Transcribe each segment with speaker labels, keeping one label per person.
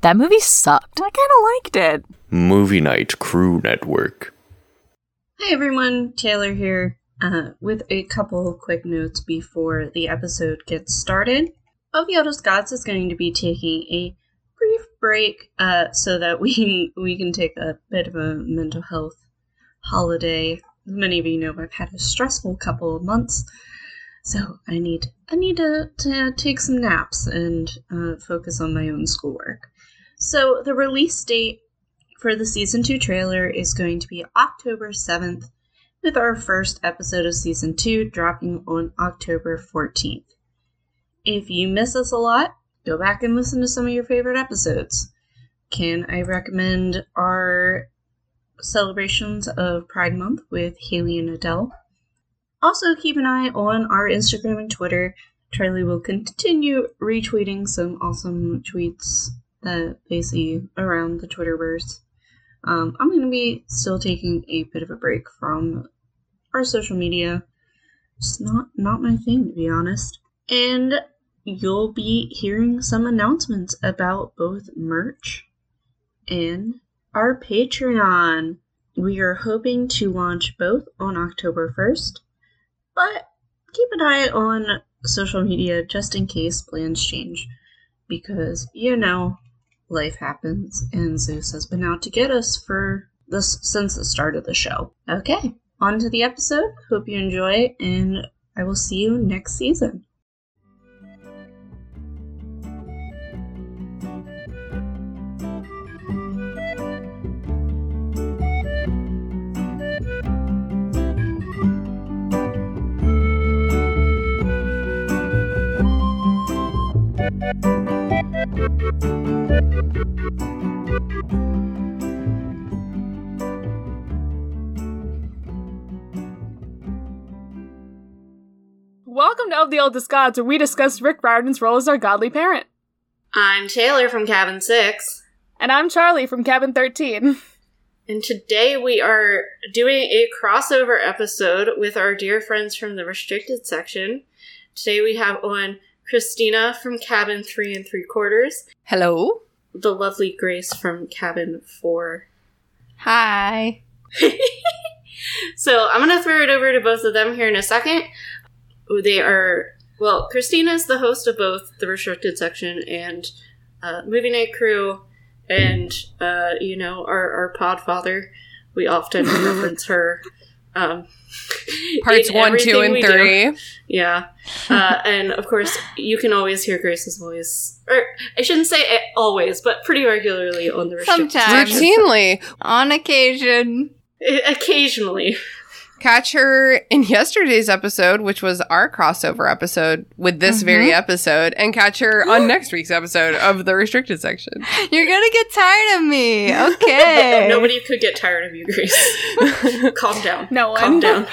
Speaker 1: That movie sucked.
Speaker 2: I kind of liked it.
Speaker 3: Movie Night Crew Network.
Speaker 4: Hi everyone, Taylor here uh, with a couple quick notes before the episode gets started. Oviedo's Gods is going to be taking a brief break uh, so that we can, we can take a bit of a mental health holiday. As many of you know I've had a stressful couple of months, so I need I need to, to take some naps and uh, focus on my own schoolwork. So the release date for the season two trailer is going to be October seventh, with our first episode of season two dropping on October fourteenth. If you miss us a lot, go back and listen to some of your favorite episodes. Can I recommend our celebrations of Pride Month with Haley and Adele? Also, keep an eye on our Instagram and Twitter. Charlie will continue retweeting some awesome tweets that they see around the Twitterverse. Um, I'm going to be still taking a bit of a break from our social media. It's not not my thing to be honest. And you'll be hearing some announcements about both merch and our Patreon. We are hoping to launch both on October 1st, but keep an eye on social media just in case plans change because you know life happens and Zeus has been out to get us for this since the start of the show. Okay, on to the episode. Hope you enjoy and I will see you next season.
Speaker 2: Welcome to Of the Oldest Gods, where we discuss Rick Riordan's role as our godly parent.
Speaker 4: I'm Taylor from Cabin 6,
Speaker 2: And I'm Charlie from Cabin 13.
Speaker 4: and today we are doing a crossover episode with our dear friends from the restricted section. Today we have on Christina from Cabin 3 and 3 Quarters,
Speaker 1: Hello.
Speaker 4: the lovely Grace from Cabin 4
Speaker 1: Hi.
Speaker 4: So I'm going to throw it over to both of them here in a second. They are, well, Christina's the host of both the Restricted Section and uh, Movie Night Crew, and, uh, you know, our, our pod father. We often reference her. Um,
Speaker 5: parts
Speaker 4: in
Speaker 5: one, two,
Speaker 4: everything
Speaker 5: and
Speaker 4: we do.
Speaker 5: three.
Speaker 4: Yeah. Uh, and of course, you can always hear Grace's voice. Or I shouldn't say it always, but pretty regularly on the Restricted
Speaker 1: Sometimes.
Speaker 4: Section.
Speaker 5: Routinely
Speaker 1: On occasion.
Speaker 4: Eh, Occasionally.
Speaker 5: catch her in yesterday's episode, which was our crossover episode with this
Speaker 1: Mhm.
Speaker 5: very episode, and catch her on next week's episode of the restricted section.
Speaker 1: You're gonna get tired of me. Okay.
Speaker 4: Nobody could get tired of you, Grace. Calm down.
Speaker 2: No one.
Speaker 4: Calm down.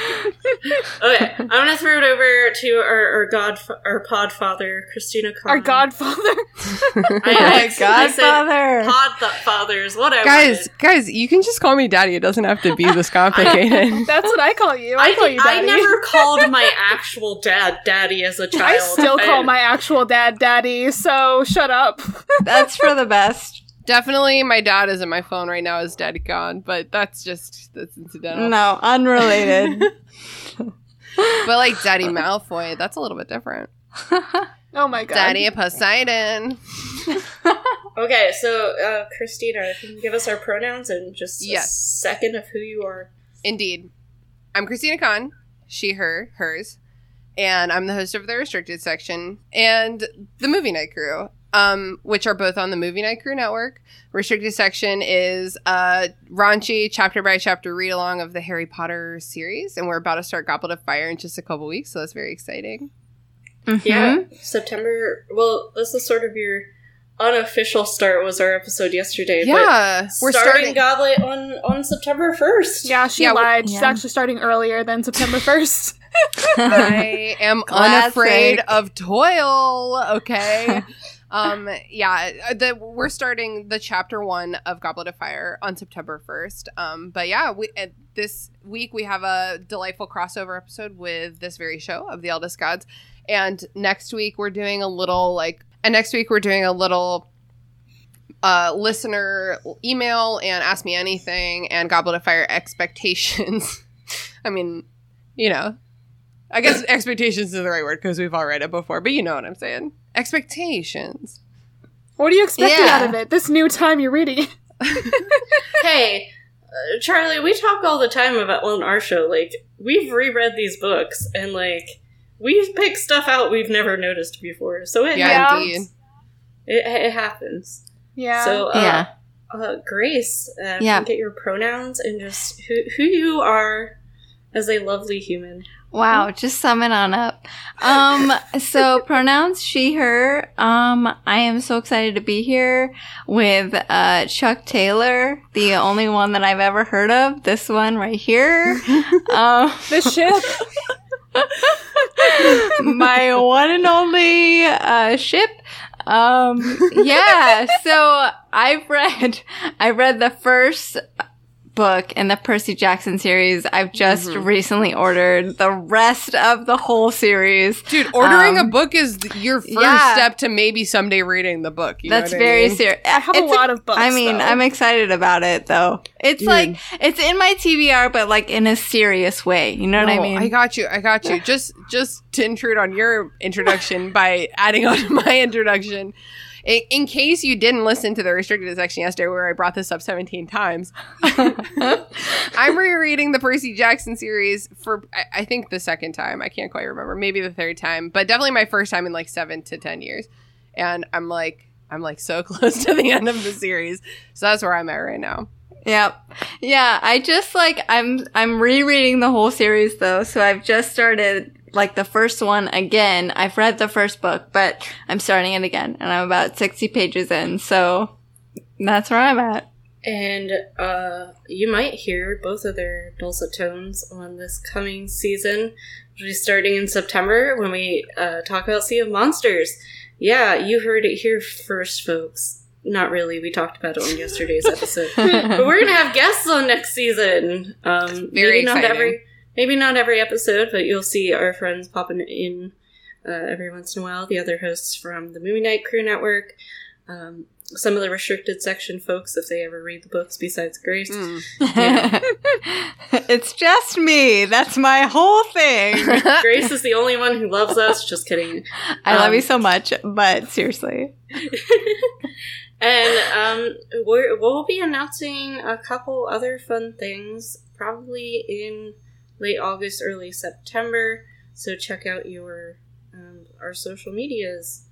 Speaker 4: okay, I'm gonna throw it over to our, our god, our podfather, Christina. Khan.
Speaker 2: Our godfather.
Speaker 4: I,
Speaker 1: My
Speaker 4: accidentally said
Speaker 1: godfather.
Speaker 4: Podfathers, what I
Speaker 5: guys,
Speaker 4: wanted.
Speaker 5: guys, you can just call me daddy. It doesn't have to be this complicated.
Speaker 2: That's what I call you. I,
Speaker 4: I,
Speaker 2: call
Speaker 4: did-
Speaker 2: you
Speaker 4: I
Speaker 2: daddy.
Speaker 4: never called my actual dad daddy as a child.
Speaker 2: I still call my actual dad daddy, so shut up.
Speaker 1: That's for the best.
Speaker 5: Definitely, my dad is in my phone right now. Is daddy gone? But that's just that's incidental.
Speaker 1: No, unrelated.
Speaker 5: But like daddy Malfoy, that's a little bit different.
Speaker 2: Oh my god.
Speaker 5: Daddy Poseidon.
Speaker 4: Okay, so uh, Christina, if you can give us our pronouns and just a
Speaker 5: Yes.
Speaker 4: second of who you are.
Speaker 5: Indeed. I'm Christina Kahn, she, her, hers, and I'm the host of the Restricted Section and the Movie Night Crew, um, which are both on the Movie Night Crew Network. Restricted Section is a raunchy chapter by chapter read along of the Harry Potter series, and we're about to start Goblet of Fire in just a couple weeks, so that's very exciting. Mm-hmm.
Speaker 4: Yeah, September. Well, this is sort of your unofficial start. Was our episode yesterday? but
Speaker 5: yeah, we're
Speaker 4: starting,
Speaker 5: starting.
Speaker 4: Goblet on on September first.
Speaker 2: Yeah, she
Speaker 5: Yeah, well-
Speaker 2: lied. She's
Speaker 1: yeah.
Speaker 2: actually starting earlier than September 1st.
Speaker 5: I am
Speaker 1: Classic.
Speaker 5: unafraid of toil. Okay. um yeah the we're starting the chapter one of goblet of fire on september 1st um but yeah we uh, this week we have a delightful crossover episode with this very show of the eldest gods and next week we're doing a little like and next week we're doing a little uh, listener email and ask me anything and Goblet of Fire expectations. I mean, you know, I guess expectations is the right word because we've all read it before, but you know what I'm saying. Expectations.
Speaker 2: What are you expecting
Speaker 1: Yeah.
Speaker 2: out of it? This new time you're reading. it?
Speaker 4: hey, uh, Charlie, we talk all the time about on our show. Like we've reread these books, and like we've picked stuff out we've never noticed before. So it
Speaker 5: Yeah,
Speaker 2: Yeah.
Speaker 5: indeed.
Speaker 4: it, it happens.
Speaker 2: Yeah.
Speaker 4: So uh,
Speaker 1: Yeah.
Speaker 4: uh, Grace, uh,
Speaker 1: Yeah.
Speaker 4: get your pronouns and just who who you are as a lovely human.
Speaker 1: Wow, just sum it on up. Um, so pronouns she, her. Um, I am so excited to be here with uh, Chuck Taylor, the only one that I've ever heard of. This one right here. um,
Speaker 2: the ship.
Speaker 1: my one and only uh, ship. Um, yeah, so I've read, I read the first book in the Percy Jackson series. I've just recently ordered the rest of the whole series.
Speaker 5: Dude, ordering
Speaker 1: Um,
Speaker 5: a book is th- your first
Speaker 1: yeah.
Speaker 5: step to maybe someday reading the book. you know
Speaker 1: That's
Speaker 5: what I
Speaker 1: very
Speaker 5: mean?
Speaker 1: serious.
Speaker 2: I have a lot of books.
Speaker 1: I mean,
Speaker 2: though.
Speaker 1: I'm excited about it though. It's
Speaker 5: Dude.
Speaker 1: like it's in my TBR, but like in a serious way. You know what I
Speaker 5: No,
Speaker 1: mean?
Speaker 5: I got you. I got you. Just just to intrude on your introduction by adding on to my introduction. In, in case you didn't listen to the restricted section yesterday where I brought this up 17 times, I'm rereading the Percy Jackson series for, I, I think, the second time. I can't quite remember. Maybe the third time, but definitely my first time in like seven to 10 years. And I'm like, I'm like so close to the end of the series. So that's where I'm at right now.
Speaker 1: Yep. Yeah, I just like I'm I'm rereading the whole series though, so I've just started like the first one again. I've read the first book, but I'm starting it again and I'm about 60 pages in. So that's where I'm at.
Speaker 4: And uh, you might hear both of their dulcet tones on this coming season, which will be starting in September when we uh, talk about Sea of Monsters. Yeah, you heard it here first, folks. Not really. We talked about it on yesterday's episode, but we're gonna have guests on next season. Um,
Speaker 5: Very
Speaker 4: maybe not
Speaker 5: exciting.
Speaker 4: every, maybe not every episode, but you'll see our friends popping in uh, every once in a while. The other hosts from the Movie Night Crew Network, um, some of the restricted section folks, if they ever read the books besides Grace.
Speaker 5: Mm.
Speaker 1: it's just me. That's my whole thing.
Speaker 4: Grace is the only one who loves us. Just kidding.
Speaker 1: I love
Speaker 4: Um,
Speaker 1: you so much, but seriously.
Speaker 4: And um, we're, we'll be announcing a couple other fun things probably in late August, early September. So check out your um, our social medias.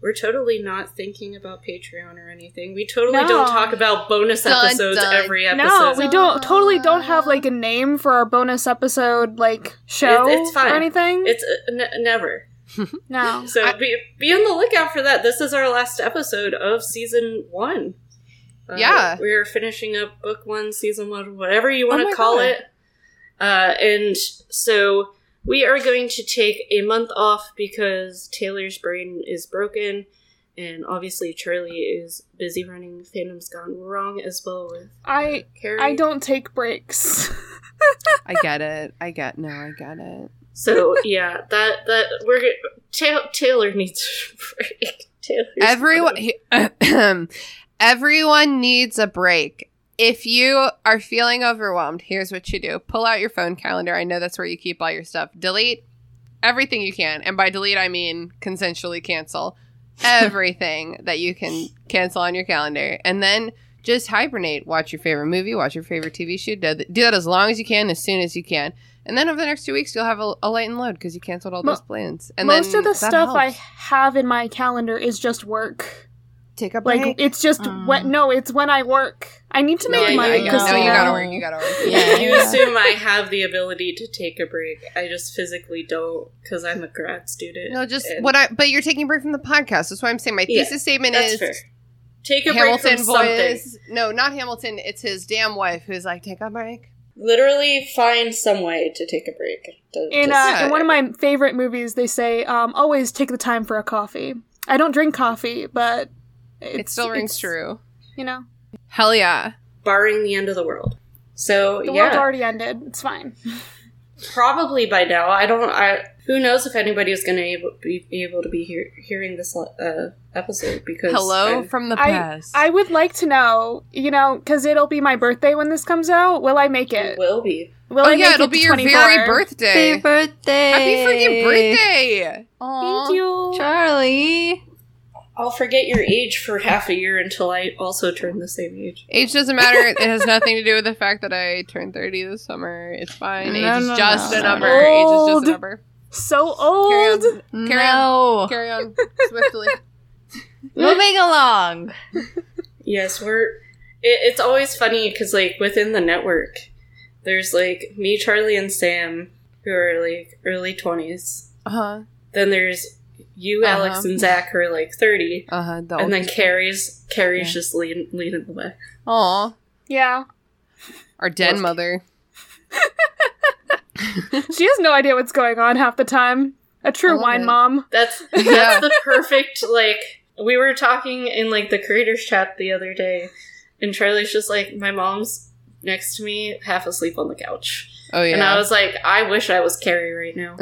Speaker 4: We're totally not thinking about Patreon or anything. We totally
Speaker 2: No.
Speaker 4: don't talk about bonus
Speaker 5: Dun,
Speaker 4: episodes
Speaker 5: dun.
Speaker 4: every
Speaker 2: No,
Speaker 4: episode.
Speaker 2: we don't totally don't have like a name for our bonus episode like show
Speaker 4: it's fine.
Speaker 2: or anything.
Speaker 4: it's uh, n- never.
Speaker 2: no.
Speaker 4: So
Speaker 5: I-
Speaker 4: be be on the lookout for that. This is our last episode of season one. Uh,
Speaker 5: Yeah.
Speaker 4: we're finishing up book one, season one, whatever you want
Speaker 5: Oh
Speaker 4: to
Speaker 5: my
Speaker 4: call
Speaker 5: God.
Speaker 4: it. Uh, and so we are going to take a month off because Taylor's brain is broken, and obviously Charlie is busy running Phantoms Gone Wrong as well with
Speaker 2: I
Speaker 4: Carrie.
Speaker 2: I don't take breaks.
Speaker 5: I get it. I get, no, I get it.
Speaker 4: So yeah, that that we're ta- Taylor needs a break. Taylor's
Speaker 5: Everyone,
Speaker 4: brain.
Speaker 5: he- everyone needs a break. If you are feeling overwhelmed, here's what you do: pull out your phone calendar. I know that's where you keep all your stuff. Delete everything you can, and by delete I mean consensually cancel everything that you can cancel on your calendar, and then just hibernate. Watch your favorite movie, watch your favorite TV show. Do th- do that as long as you can, as soon as you can, and then over the next two weeks you'll have a, a light and load because you canceled all
Speaker 2: Mo-
Speaker 5: those plans. And
Speaker 2: Most
Speaker 5: then
Speaker 2: of the
Speaker 5: that
Speaker 2: stuff I
Speaker 5: helps.
Speaker 2: have in my calendar is just work.
Speaker 5: take a
Speaker 2: Like
Speaker 5: break.
Speaker 2: it's just
Speaker 1: Mm.
Speaker 5: um,
Speaker 2: when no, it's when I work. I need to
Speaker 4: No,
Speaker 2: make
Speaker 4: I-
Speaker 2: money,
Speaker 4: I get it.
Speaker 2: Christina.
Speaker 5: No, Oh, you gotta work.
Speaker 1: know.
Speaker 5: You gotta
Speaker 1: Yeah.
Speaker 5: work.
Speaker 4: you assume I have the ability to take a break. I just physically don't because I'm a grad student.
Speaker 5: No, just
Speaker 4: and
Speaker 5: what I. But you're taking a break from the podcast. That's why I'm saying my
Speaker 4: Yeah,
Speaker 5: thesis statement
Speaker 4: that's
Speaker 5: is
Speaker 4: fair. Take a break
Speaker 5: Hamilton
Speaker 4: from something.
Speaker 5: voice. No, not Hamilton. It's his damn wife who's like, take a break.
Speaker 4: Literally, find some way to take a break. To-
Speaker 2: In, uh,
Speaker 4: just-
Speaker 2: in one of my favorite movies, they say um, always take the time for a coffee. I don't drink coffee, but it's,
Speaker 5: it still rings
Speaker 2: it's,
Speaker 5: true.
Speaker 2: You know,
Speaker 5: Hell yeah.
Speaker 4: barring the end of the world. So
Speaker 2: the
Speaker 4: yeah,
Speaker 2: world already ended. It's fine.
Speaker 4: probably by now. I don't. I who knows if anybody is going to able, be, be able to be hear, hearing this uh, episode because
Speaker 5: Hello
Speaker 4: I'm-
Speaker 5: from the
Speaker 2: I-
Speaker 5: past.
Speaker 2: I would like to know, you know, because it'll be my birthday when this comes out. Will I make
Speaker 4: it
Speaker 2: it?
Speaker 4: will be.
Speaker 2: Will
Speaker 5: oh
Speaker 2: I
Speaker 5: yeah,
Speaker 2: make
Speaker 5: it'll
Speaker 2: it
Speaker 5: be
Speaker 2: to
Speaker 5: your
Speaker 2: 24?
Speaker 5: very birthday.
Speaker 1: Happy birthday!
Speaker 5: Happy freaking birthday!
Speaker 2: Thank you.
Speaker 1: Charlie.
Speaker 4: I'll forget your age for half a year until I also turn the same age.
Speaker 5: Age doesn't matter. It has nothing to do with the fact that I turned 30 this summer. It's fine. Age
Speaker 1: No,
Speaker 5: is
Speaker 1: no,
Speaker 5: just
Speaker 1: no,
Speaker 5: a
Speaker 1: no,
Speaker 5: number.
Speaker 2: no.
Speaker 5: Age is just
Speaker 2: Old.
Speaker 5: a number.
Speaker 2: So
Speaker 5: Carry
Speaker 2: old.
Speaker 5: on.
Speaker 1: no.
Speaker 5: Carry on swiftly.
Speaker 1: Moving along.
Speaker 4: Yes, we're. It, it's always funny because, like, within the network, there's like me, Charlie, and Sam, who are like early 20s.
Speaker 5: Uh huh.
Speaker 4: Then there's you, Alex,
Speaker 5: Uh-huh.
Speaker 4: and Zach, who are like 30.
Speaker 5: Uh huh.
Speaker 4: And then Carrie's Carrie's
Speaker 5: Yeah.
Speaker 4: just lean, leaning the way.
Speaker 5: Aw,
Speaker 2: Yeah.
Speaker 5: our dead
Speaker 4: Look.
Speaker 5: mother.
Speaker 2: She has no idea what's going on half the time. A
Speaker 5: I
Speaker 2: true
Speaker 4: Oh,
Speaker 5: love
Speaker 2: wine
Speaker 5: it.
Speaker 2: mom.
Speaker 4: That's
Speaker 5: Yeah.
Speaker 4: that's the perfect like. We were talking in like the creators chat the other day, and Charlie's just like, my mom's next to me, half asleep on the couch,
Speaker 5: Oh
Speaker 4: and I
Speaker 5: yeah.
Speaker 4: was like, I wish I was Carrie right now.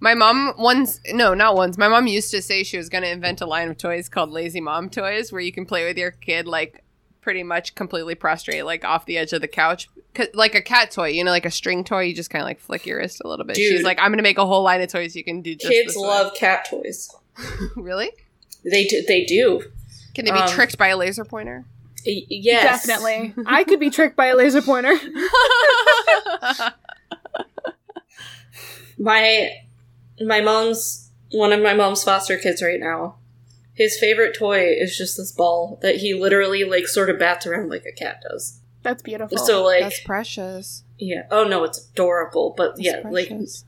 Speaker 5: My mom once, no, not once. My mom used to say she was going to invent a line of toys called Lazy Mom Toys, where you can play with your kid like pretty much completely prostrate, like off the edge of the couch, 'Cause- like a cat toy. You know, like a string toy. You just kind of like flick your wrist a little bit. She's
Speaker 4: Dude.
Speaker 5: like, I'm going to make a whole line of toys you can do. Just
Speaker 4: Kids
Speaker 5: this way."
Speaker 4: love cat toys.
Speaker 5: really?
Speaker 4: They do. They do.
Speaker 5: Can they be
Speaker 4: Um,
Speaker 5: tricked by a laser pointer?
Speaker 4: Y- yes,
Speaker 2: Definitely. I could be tricked by a laser pointer.
Speaker 4: My my mom's one of my mom's foster kids right now. His favorite toy is just this ball that he literally like sort of bats around like a cat does.
Speaker 2: That's beautiful.
Speaker 4: So like
Speaker 5: Oh, That's precious.
Speaker 4: yeah. Oh no, it's adorable. But
Speaker 5: That's
Speaker 4: yeah, like it,
Speaker 5: precious.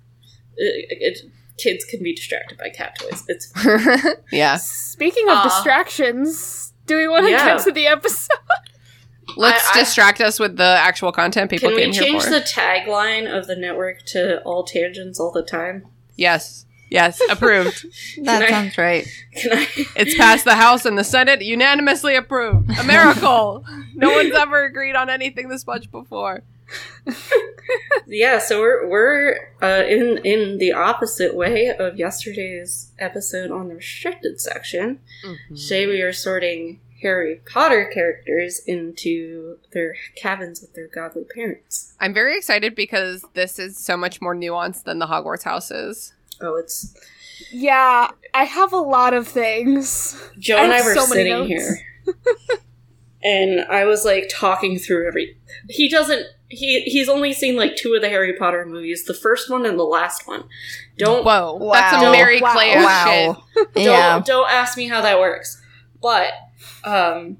Speaker 4: it, kids can be distracted by cat toys. It's
Speaker 5: yeah.
Speaker 2: Speaking of
Speaker 4: Aw.
Speaker 2: distractions, do we want to
Speaker 4: uh, Yeah.
Speaker 2: get to the episode?
Speaker 5: Let's
Speaker 4: I- I-
Speaker 5: distract us with the actual content people
Speaker 4: can we
Speaker 5: came here
Speaker 4: change
Speaker 5: for.
Speaker 4: the tagline of the network to all tangents all the time?
Speaker 5: yes. Yes, approved.
Speaker 1: That
Speaker 4: I-
Speaker 1: sounds right.
Speaker 4: Can I?
Speaker 5: it's passed the House and the Senate unanimously approved. A miracle. no one's ever agreed on anything this much before.
Speaker 4: yeah so we're we're uh, in in the opposite way of yesterday's episode on the restricted section
Speaker 2: Mm-hmm.
Speaker 4: today we are sorting harry potter characters into their cabins with their godly parents
Speaker 5: I'm very excited because this is so much more nuanced than the Hogwarts houses.
Speaker 4: oh it's
Speaker 2: Yeah, I have a lot of things.
Speaker 4: joe
Speaker 2: I
Speaker 4: and i
Speaker 2: have
Speaker 4: were
Speaker 2: so many notes.
Speaker 4: sitting here and i was like talking through every he doesn't he he's only seen like two of the harry potter movies the first one and the last one don't
Speaker 5: Whoa. That's
Speaker 1: Wow.
Speaker 5: a Mary
Speaker 2: Wow.
Speaker 5: Claire shit.
Speaker 1: Wow.
Speaker 4: Don't,
Speaker 1: yeah.
Speaker 4: don't ask me how that works. But um,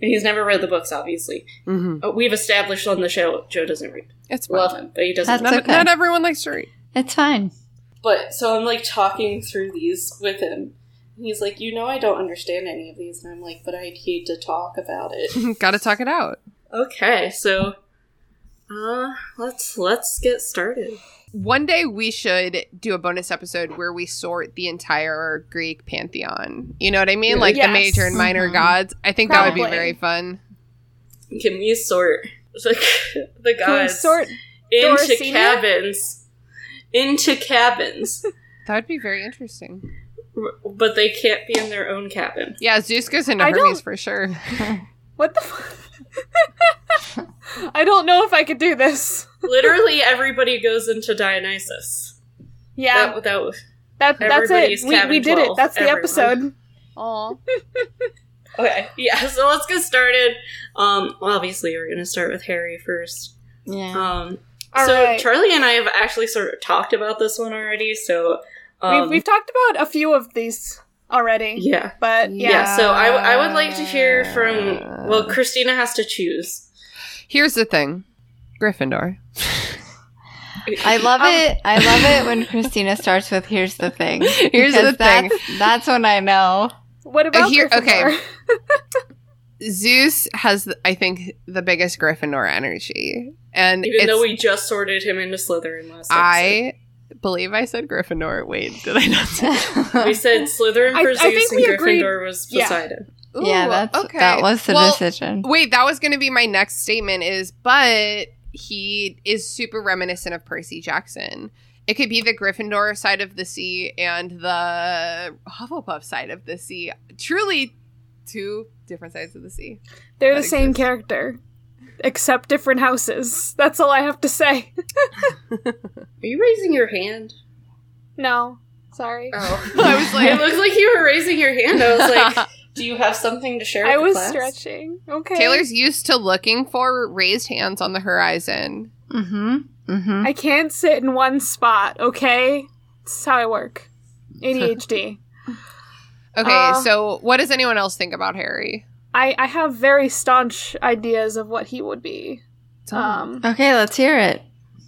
Speaker 4: he's never read the books, obviously.
Speaker 5: Mm-hmm.
Speaker 4: Uh, We've established on the show Joe doesn't read.
Speaker 5: It's fine.
Speaker 4: Love him, but he doesn't.
Speaker 1: That's
Speaker 5: not,
Speaker 1: okay.
Speaker 5: not everyone likes to read.
Speaker 1: It's fine.
Speaker 4: But so I'm like talking through these with him. And he's like, you know, I don't understand any of these, and I'm like, but I need to talk about it.
Speaker 5: Gotta talk it out.
Speaker 4: okay, so uh, let's let's get started.
Speaker 5: One day we should do a bonus episode where we sort the entire Greek pantheon. You know what I mean? Like the
Speaker 2: Yes.
Speaker 5: major and minor
Speaker 1: Mhm.
Speaker 5: gods. I think that would be
Speaker 2: Probably.
Speaker 5: very fun.
Speaker 4: Can we sort the,
Speaker 2: Can we
Speaker 4: the gods
Speaker 2: sort?
Speaker 4: into
Speaker 2: Doracina?
Speaker 4: cabins? Into cabins.
Speaker 5: That would be very interesting.
Speaker 4: but they can't be in their own cabin.
Speaker 5: Yeah, Zeus goes into
Speaker 2: I
Speaker 5: Hermes
Speaker 2: don't-
Speaker 5: for sure.
Speaker 2: What the? fu- I don't know if I could do this.
Speaker 4: Literally, everybody goes into Dionysus.
Speaker 2: Yeah,
Speaker 4: That, that,
Speaker 2: that, that's it.
Speaker 4: everybody's
Speaker 2: We, we
Speaker 4: cabin
Speaker 2: did it.
Speaker 4: 12,
Speaker 2: That's the
Speaker 4: everyone.
Speaker 2: episode.
Speaker 5: Aw.
Speaker 4: okay, yeah. So let's get started. Um, obviously, we're gonna start with Harry first.
Speaker 1: Yeah.
Speaker 4: Um,
Speaker 2: All
Speaker 4: so
Speaker 2: right.
Speaker 4: Charlie and I have actually sort of talked about this one already. So, um,
Speaker 2: we've, we've talked about a few of these already,
Speaker 4: yeah,
Speaker 2: but
Speaker 4: yeah.
Speaker 2: yeah,
Speaker 4: so I, I would like to hear from. Well, Christina has to choose.
Speaker 5: Here's the thing. Gryffindor.
Speaker 1: I love
Speaker 4: Um,
Speaker 1: it. I love it when Christina starts with "Here's the thing."
Speaker 5: Here's the
Speaker 1: Because
Speaker 5: thing.
Speaker 1: That's, that's when I know.
Speaker 2: what
Speaker 4: Uh,
Speaker 2: about
Speaker 5: here- okay.
Speaker 2: Gryffindor?
Speaker 5: Zeus has I think the biggest Gryffindor energy. And
Speaker 4: Even
Speaker 5: it's,
Speaker 4: though we just sorted him into Slytherin last episode,
Speaker 5: I believe I said Gryffindor. Wait, did I not say
Speaker 4: we said Slytherin
Speaker 2: I-
Speaker 4: for
Speaker 2: I
Speaker 4: Zeus
Speaker 2: think we
Speaker 4: and
Speaker 2: agreed-
Speaker 4: Gryffindor was
Speaker 2: yeah.
Speaker 4: Poseidon.
Speaker 5: Ooh,
Speaker 1: yeah, that's that was the
Speaker 5: Well,
Speaker 1: decision.
Speaker 5: Wait, that was going to be my next statement is, but he is super reminiscent of Percy Jackson. It could be the Gryffindor side of the sea and the Hufflepuff side of the sea. Truly two different sides of the sea.
Speaker 2: They're
Speaker 5: That
Speaker 2: the same
Speaker 5: exists.
Speaker 2: character, except different houses. That's all I have to say.
Speaker 4: Are you raising your hand?
Speaker 2: No, sorry.
Speaker 5: Uh,
Speaker 4: Oh,
Speaker 5: I was like-
Speaker 4: it looks like you were raising your hand. I was like, do you have something to share? With
Speaker 2: I
Speaker 4: the
Speaker 2: was
Speaker 4: class?
Speaker 2: stretching. Okay.
Speaker 5: Taylor's used to looking for raised hands on the horizon.
Speaker 1: Mm-hmm. Mm-hmm.
Speaker 2: I can't sit in one spot, okay? That's how I work. ADHD.
Speaker 5: Okay,
Speaker 2: Uh.
Speaker 5: so what does anyone else think about Harry?
Speaker 2: I, I have very staunch ideas of what he would be.
Speaker 5: Oh.
Speaker 2: Um,
Speaker 1: Okay, let's hear it.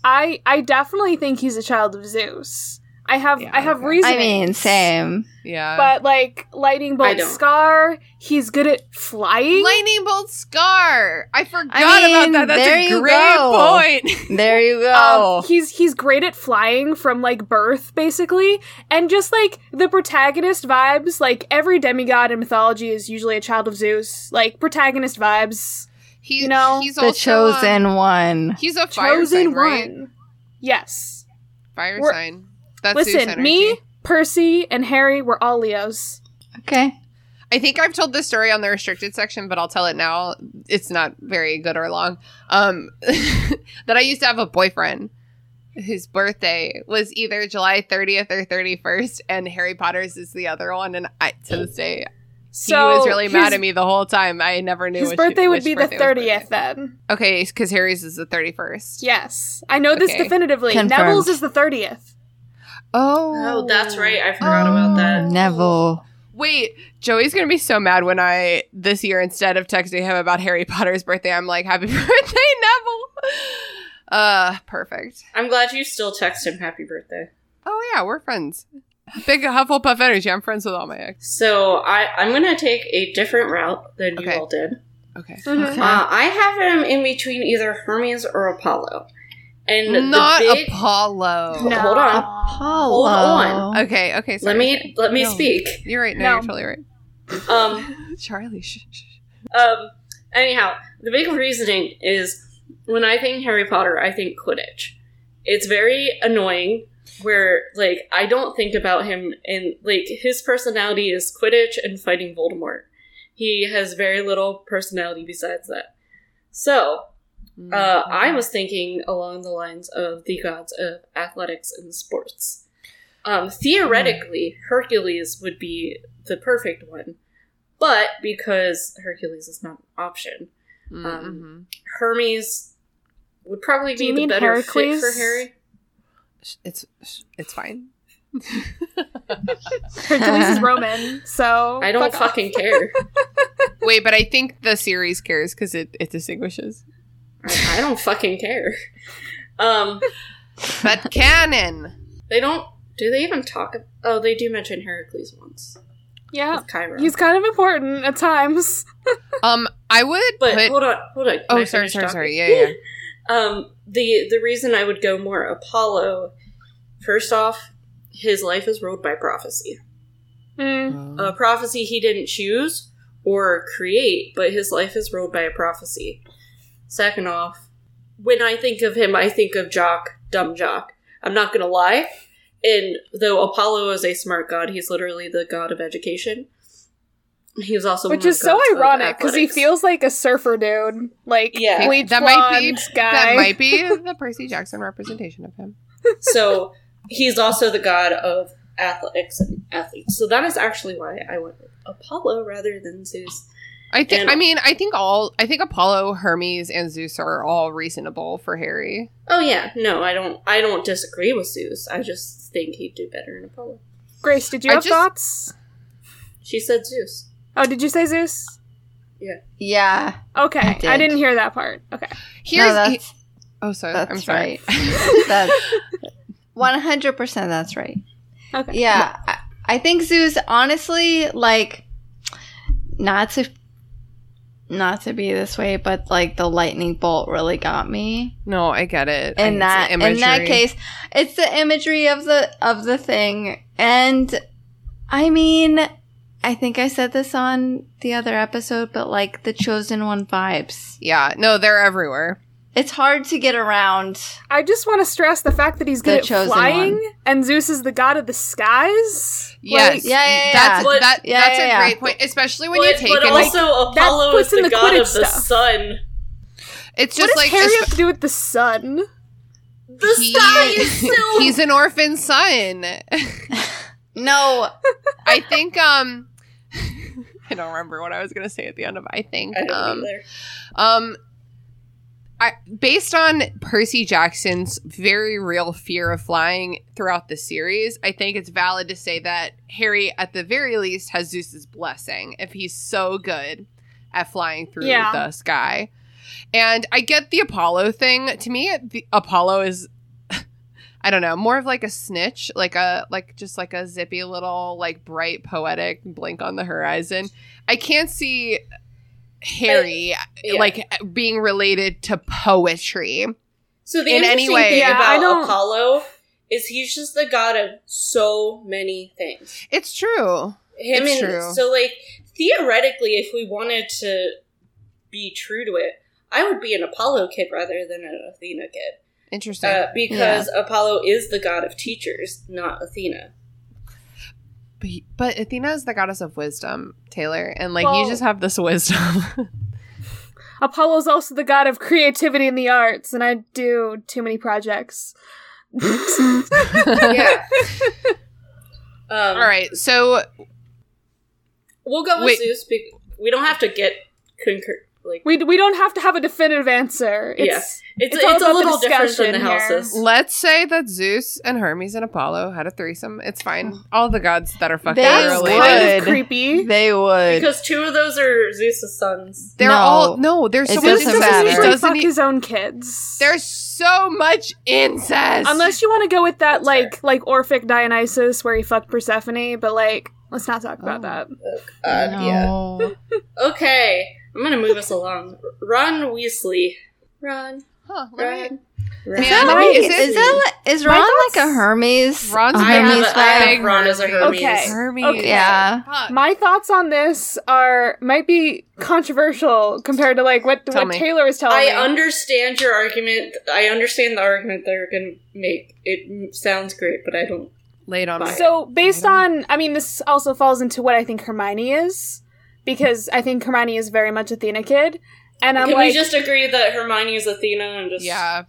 Speaker 2: I I definitely think he's a child of Zeus. I have
Speaker 5: Yeah,
Speaker 2: I have
Speaker 5: okay.
Speaker 2: reasoning.
Speaker 1: I mean, same.
Speaker 5: yeah.
Speaker 2: But like lightning
Speaker 4: I
Speaker 2: bolt
Speaker 4: don't.
Speaker 2: scar, he's good at flying.
Speaker 5: Lightning bolt scar. I forgot
Speaker 1: mean,
Speaker 5: about that. That's
Speaker 1: there
Speaker 5: a
Speaker 1: you
Speaker 5: great
Speaker 1: go.
Speaker 5: point.
Speaker 1: There you go.
Speaker 2: Um, he's he's great at flying from like birth basically and just like the protagonist vibes like every demigod in mythology is usually a child of zeus like protagonist vibes
Speaker 5: He,
Speaker 2: You know,
Speaker 5: he's
Speaker 1: the
Speaker 5: also,
Speaker 1: chosen one.
Speaker 5: Um, he's a fire
Speaker 2: chosen
Speaker 5: sign, right?
Speaker 2: one yes
Speaker 5: Fire
Speaker 2: We're-
Speaker 5: sign. That's Zeus
Speaker 2: listen
Speaker 5: energy.
Speaker 2: me percy and harry were all leos
Speaker 1: Okay.
Speaker 5: I think I've told this story on the restricted section, but I'll tell it now. It's not very good or long. Um, that I used to have a boyfriend whose birthday was either July 30th or 31st, and Harry Potter's is the other one. And I, to this day,
Speaker 2: so
Speaker 5: he was really mad
Speaker 2: his-
Speaker 5: at me the whole time. I never knew
Speaker 2: his
Speaker 5: which-
Speaker 2: birthday would
Speaker 5: which
Speaker 2: be the
Speaker 5: birthday was birthday.
Speaker 2: 30th then
Speaker 5: Okay, because Harry's is the 31st.
Speaker 2: yes i know this
Speaker 5: Okay.
Speaker 2: definitively
Speaker 1: Confirmed.
Speaker 2: neville's is the 30th
Speaker 5: Oh.
Speaker 4: Oh, that's right. I forgot about that.
Speaker 1: Neville.
Speaker 5: Wait, Joey's gonna be so mad when I this year instead of texting him about Harry Potter's birthday, I'm like, "Happy birthday, Neville!" Uh, perfect.
Speaker 4: I'm glad you still text him happy birthday.
Speaker 5: Oh yeah, we're friends. Big Hufflepuff energy. I'm friends with all my ex.
Speaker 4: So I, I'm going to take a different route than
Speaker 5: Okay.
Speaker 4: you all did.
Speaker 5: Okay.
Speaker 2: Mhm.
Speaker 4: Uh, I have him in between either Hermes or Apollo. And the
Speaker 5: Not
Speaker 4: big-
Speaker 5: Apollo.
Speaker 4: No. Hold on.
Speaker 1: Apollo.
Speaker 4: on.
Speaker 5: Okay. Okay. Sorry.
Speaker 4: Let me let me
Speaker 5: No.
Speaker 4: speak.
Speaker 5: You're right. No,
Speaker 2: No.
Speaker 5: you're totally right.
Speaker 4: Um,
Speaker 5: Charlie. Shh, shh, shh.
Speaker 4: Um, anyhow, the big reasoning is when I think Harry Potter, I think Quidditch. It's very annoying where, like, I don't think about him and, like, his personality is Quidditch and fighting Voldemort. He has very little personality besides that. So, uh,
Speaker 5: Mm-hmm.
Speaker 4: I was thinking along the lines of the gods of athletics and sports. Um, theoretically,
Speaker 5: Mm-hmm.
Speaker 4: Hercules would be the perfect one, but because Hercules is not an option,
Speaker 5: Mm,
Speaker 4: um, Hermes would probably
Speaker 2: Do
Speaker 4: be
Speaker 2: you
Speaker 4: the
Speaker 2: mean
Speaker 4: better fit
Speaker 2: Heracles?
Speaker 4: for Harry.
Speaker 5: mhm. Sh- It's sh- it's fine.
Speaker 2: hercules is roman
Speaker 5: Oh,
Speaker 2: so
Speaker 4: I don't
Speaker 2: fuck off.
Speaker 4: fucking care.
Speaker 5: Wait, but I think the series cares because it it distinguishes.
Speaker 4: I, I don't fucking care. Um,
Speaker 5: But canon.
Speaker 4: they don't. Do they even talk? ab- Oh, they do mention Heracles once.
Speaker 5: Oh,
Speaker 2: yeah
Speaker 4: With Chiron.
Speaker 2: he's kind of important at times
Speaker 5: Um, I would
Speaker 4: But
Speaker 5: put.
Speaker 4: hold on, hold on. Can
Speaker 5: Oh,
Speaker 4: I
Speaker 5: sorry,
Speaker 4: finish
Speaker 5: sorry,
Speaker 4: talking?
Speaker 5: sorry. Yeah, yeah.
Speaker 4: Um, the the reason I would go more Apollo, first off, his life is ruled by prophecy.
Speaker 2: Mm.
Speaker 4: A prophecy he didn't choose or create, but his life is ruled by a prophecy. Second off, when I think of him, I think of Jock, dumb Jock. I'm not gonna lie. And though Apollo is a smart god, he's literally the god of education. He was also one
Speaker 2: Which
Speaker 4: of
Speaker 2: is
Speaker 4: the
Speaker 2: so
Speaker 4: gods of
Speaker 2: ironic because he
Speaker 4: athletics.
Speaker 2: feels like a surfer dude, like
Speaker 4: Yeah.
Speaker 2: bleach
Speaker 5: That
Speaker 2: blonde
Speaker 5: might be-
Speaker 2: guy.
Speaker 5: that might be the Percy Jackson representation of him.
Speaker 4: so he's also the god of athletics and athletes. So that is actually why I went with Apollo rather than Zeus.
Speaker 5: I think.
Speaker 4: And-
Speaker 5: I mean, I think all. I think Apollo, Hermes, and Zeus are all reasonable for Harry.
Speaker 4: Oh yeah, no, I don't. I don't disagree with Zeus. I just think he'd do better in Apollo.
Speaker 2: Grace, did you
Speaker 5: I
Speaker 2: have
Speaker 5: just-
Speaker 2: thoughts?
Speaker 4: She said Zeus.
Speaker 2: Oh, did you say Zeus?
Speaker 1: Yeah.
Speaker 2: Okay, I,
Speaker 1: did.
Speaker 2: didn't hear that part. Okay,
Speaker 5: Here's.
Speaker 1: no, that's,
Speaker 5: oh, sorry.
Speaker 1: that's
Speaker 5: I'm sorry.
Speaker 1: right. that's 100% that's right.
Speaker 2: okay.
Speaker 1: Yeah. I, I think Zeus, honestly, like, not to. Not to be this way, but like the lightning bolt really got me.
Speaker 5: no, I get it.
Speaker 1: in
Speaker 5: It's
Speaker 1: that
Speaker 5: imagery.
Speaker 1: in that case it's the imagery of the of the thing and i mean i think i said this on the other episode but like the chosen one vibes
Speaker 5: Yeah. No, they're everywhere.
Speaker 1: It's hard to get around.
Speaker 2: I just want to stress the fact that he's
Speaker 1: The
Speaker 2: good at
Speaker 1: chosen
Speaker 2: flying,
Speaker 1: one.
Speaker 2: and Zeus is the god of the skies.
Speaker 5: Yes,
Speaker 1: yeah, yeah,
Speaker 5: That's
Speaker 4: yeah.
Speaker 5: that,
Speaker 1: Yeah,
Speaker 5: that's
Speaker 1: yeah,
Speaker 5: a
Speaker 1: yeah.
Speaker 5: great point, especially when you
Speaker 4: but,
Speaker 5: take
Speaker 4: but
Speaker 5: it.
Speaker 4: also
Speaker 2: that
Speaker 4: Apollo
Speaker 2: puts
Speaker 4: is
Speaker 2: in
Speaker 4: the,
Speaker 2: the
Speaker 4: god of
Speaker 2: Quidditch
Speaker 4: the
Speaker 2: stuff.
Speaker 4: sun.
Speaker 2: what
Speaker 5: it's just
Speaker 2: does
Speaker 5: like
Speaker 2: Harry
Speaker 5: espe-
Speaker 2: have to do with the sun?
Speaker 4: The
Speaker 5: He-
Speaker 4: sky is still
Speaker 2: um,
Speaker 5: he's an orphan son.
Speaker 1: No,
Speaker 5: I think um I don't remember what I was gonna say at the end of I think.
Speaker 4: I don't
Speaker 5: um
Speaker 4: either.
Speaker 5: um I, based on Percy Jackson's very real fear of flying throughout the series, I think it's valid to say that Harry, at the very least, has Zeus's blessing if he's so good at flying through
Speaker 2: Yeah.
Speaker 5: the sky. And I get the Apollo thing. To me, it- the Apollo is I don't know, more of like a snitch, like a like just like a zippy little like bright poetic blink on the horizon. I can't see Harry
Speaker 4: Yeah.
Speaker 5: like being related to poetry.
Speaker 4: So the
Speaker 5: in any
Speaker 4: interesting
Speaker 5: way.
Speaker 4: thing
Speaker 2: Yeah, I
Speaker 4: about
Speaker 2: don't-
Speaker 4: Apollo is he's just the god of so many things.
Speaker 5: It's true.
Speaker 4: Him
Speaker 5: It's
Speaker 4: and
Speaker 5: true.
Speaker 4: so like theoretically, if we wanted to be true to it, I would be an Apollo kid rather than an Athena kid
Speaker 5: Interesting.
Speaker 4: uh, because Apollo is the god of teachers, not Athena.
Speaker 5: but, but Athena is the goddess of wisdom, Taylor, and like
Speaker 2: Well-
Speaker 5: you just have this wisdom.
Speaker 2: Apollo's also the god of creativity and the arts, and I do too many projects.
Speaker 4: yeah. Um,
Speaker 5: All right. So
Speaker 4: we'll go with
Speaker 5: Wait.
Speaker 4: Zeus. Be- we don't have to get concur. Like
Speaker 2: We we don't have to have a definitive answer. It's,
Speaker 4: Yes. it's,
Speaker 2: it's
Speaker 4: it's,
Speaker 2: all
Speaker 4: a
Speaker 2: about the
Speaker 4: little different than the
Speaker 2: discussion here.
Speaker 4: houses.
Speaker 5: let's say that Zeus and Hermes and Apollo had a threesome. It's fine. All the gods that are fucking
Speaker 1: They
Speaker 2: That's
Speaker 5: related.
Speaker 2: kind of
Speaker 1: would.
Speaker 2: creepy.
Speaker 1: they would.
Speaker 4: Because two of those are Zeus's sons.
Speaker 5: They're
Speaker 1: No.
Speaker 5: all no. There's
Speaker 1: It
Speaker 5: so
Speaker 2: Zeus
Speaker 5: much
Speaker 2: doesn't
Speaker 1: doesn't matter.
Speaker 5: incest.
Speaker 2: usually
Speaker 5: It
Speaker 2: fuck
Speaker 5: doesn't e-
Speaker 2: his own kids.
Speaker 5: there's so much incest.
Speaker 2: Unless you want to go with that, like like Orphic Dionysus, where he fucked Persephone, but like, let's not talk about
Speaker 5: Oh.
Speaker 2: that.
Speaker 4: Uh,
Speaker 1: no.
Speaker 4: Okay, I'm gonna move us along. Ron Weasley. Ron.
Speaker 5: Huh, let me-
Speaker 4: Ron.
Speaker 1: Is
Speaker 5: Man,
Speaker 1: that
Speaker 5: let me-
Speaker 1: like,
Speaker 5: is
Speaker 1: is,
Speaker 5: it-
Speaker 1: that li- is
Speaker 2: My
Speaker 1: Ron
Speaker 2: thoughts-
Speaker 1: like a Hermes?
Speaker 5: Ron's
Speaker 1: a
Speaker 5: a
Speaker 4: I have,
Speaker 1: Hermes
Speaker 4: a, I
Speaker 1: vibe?
Speaker 4: have Ron as a Hermes.
Speaker 2: Okay.
Speaker 5: Hermes.
Speaker 2: Okay.
Speaker 1: Yeah.
Speaker 5: Fuck.
Speaker 2: My thoughts on this are might be controversial compared to like what,
Speaker 5: Tell
Speaker 2: what
Speaker 5: me.
Speaker 2: Taylor was telling
Speaker 4: I
Speaker 2: me.
Speaker 4: understand your argument. I understand the argument they're gonna make. It m- sounds great, but I don't.
Speaker 5: Lay it on me.
Speaker 2: so based
Speaker 5: I
Speaker 2: on, I mean, this also falls into what I think Hermione is, because I think Hermione is very much Athena kid, and I'm
Speaker 4: Can
Speaker 2: like,
Speaker 4: we just agree that Hermione is Athena and just
Speaker 5: Yeah.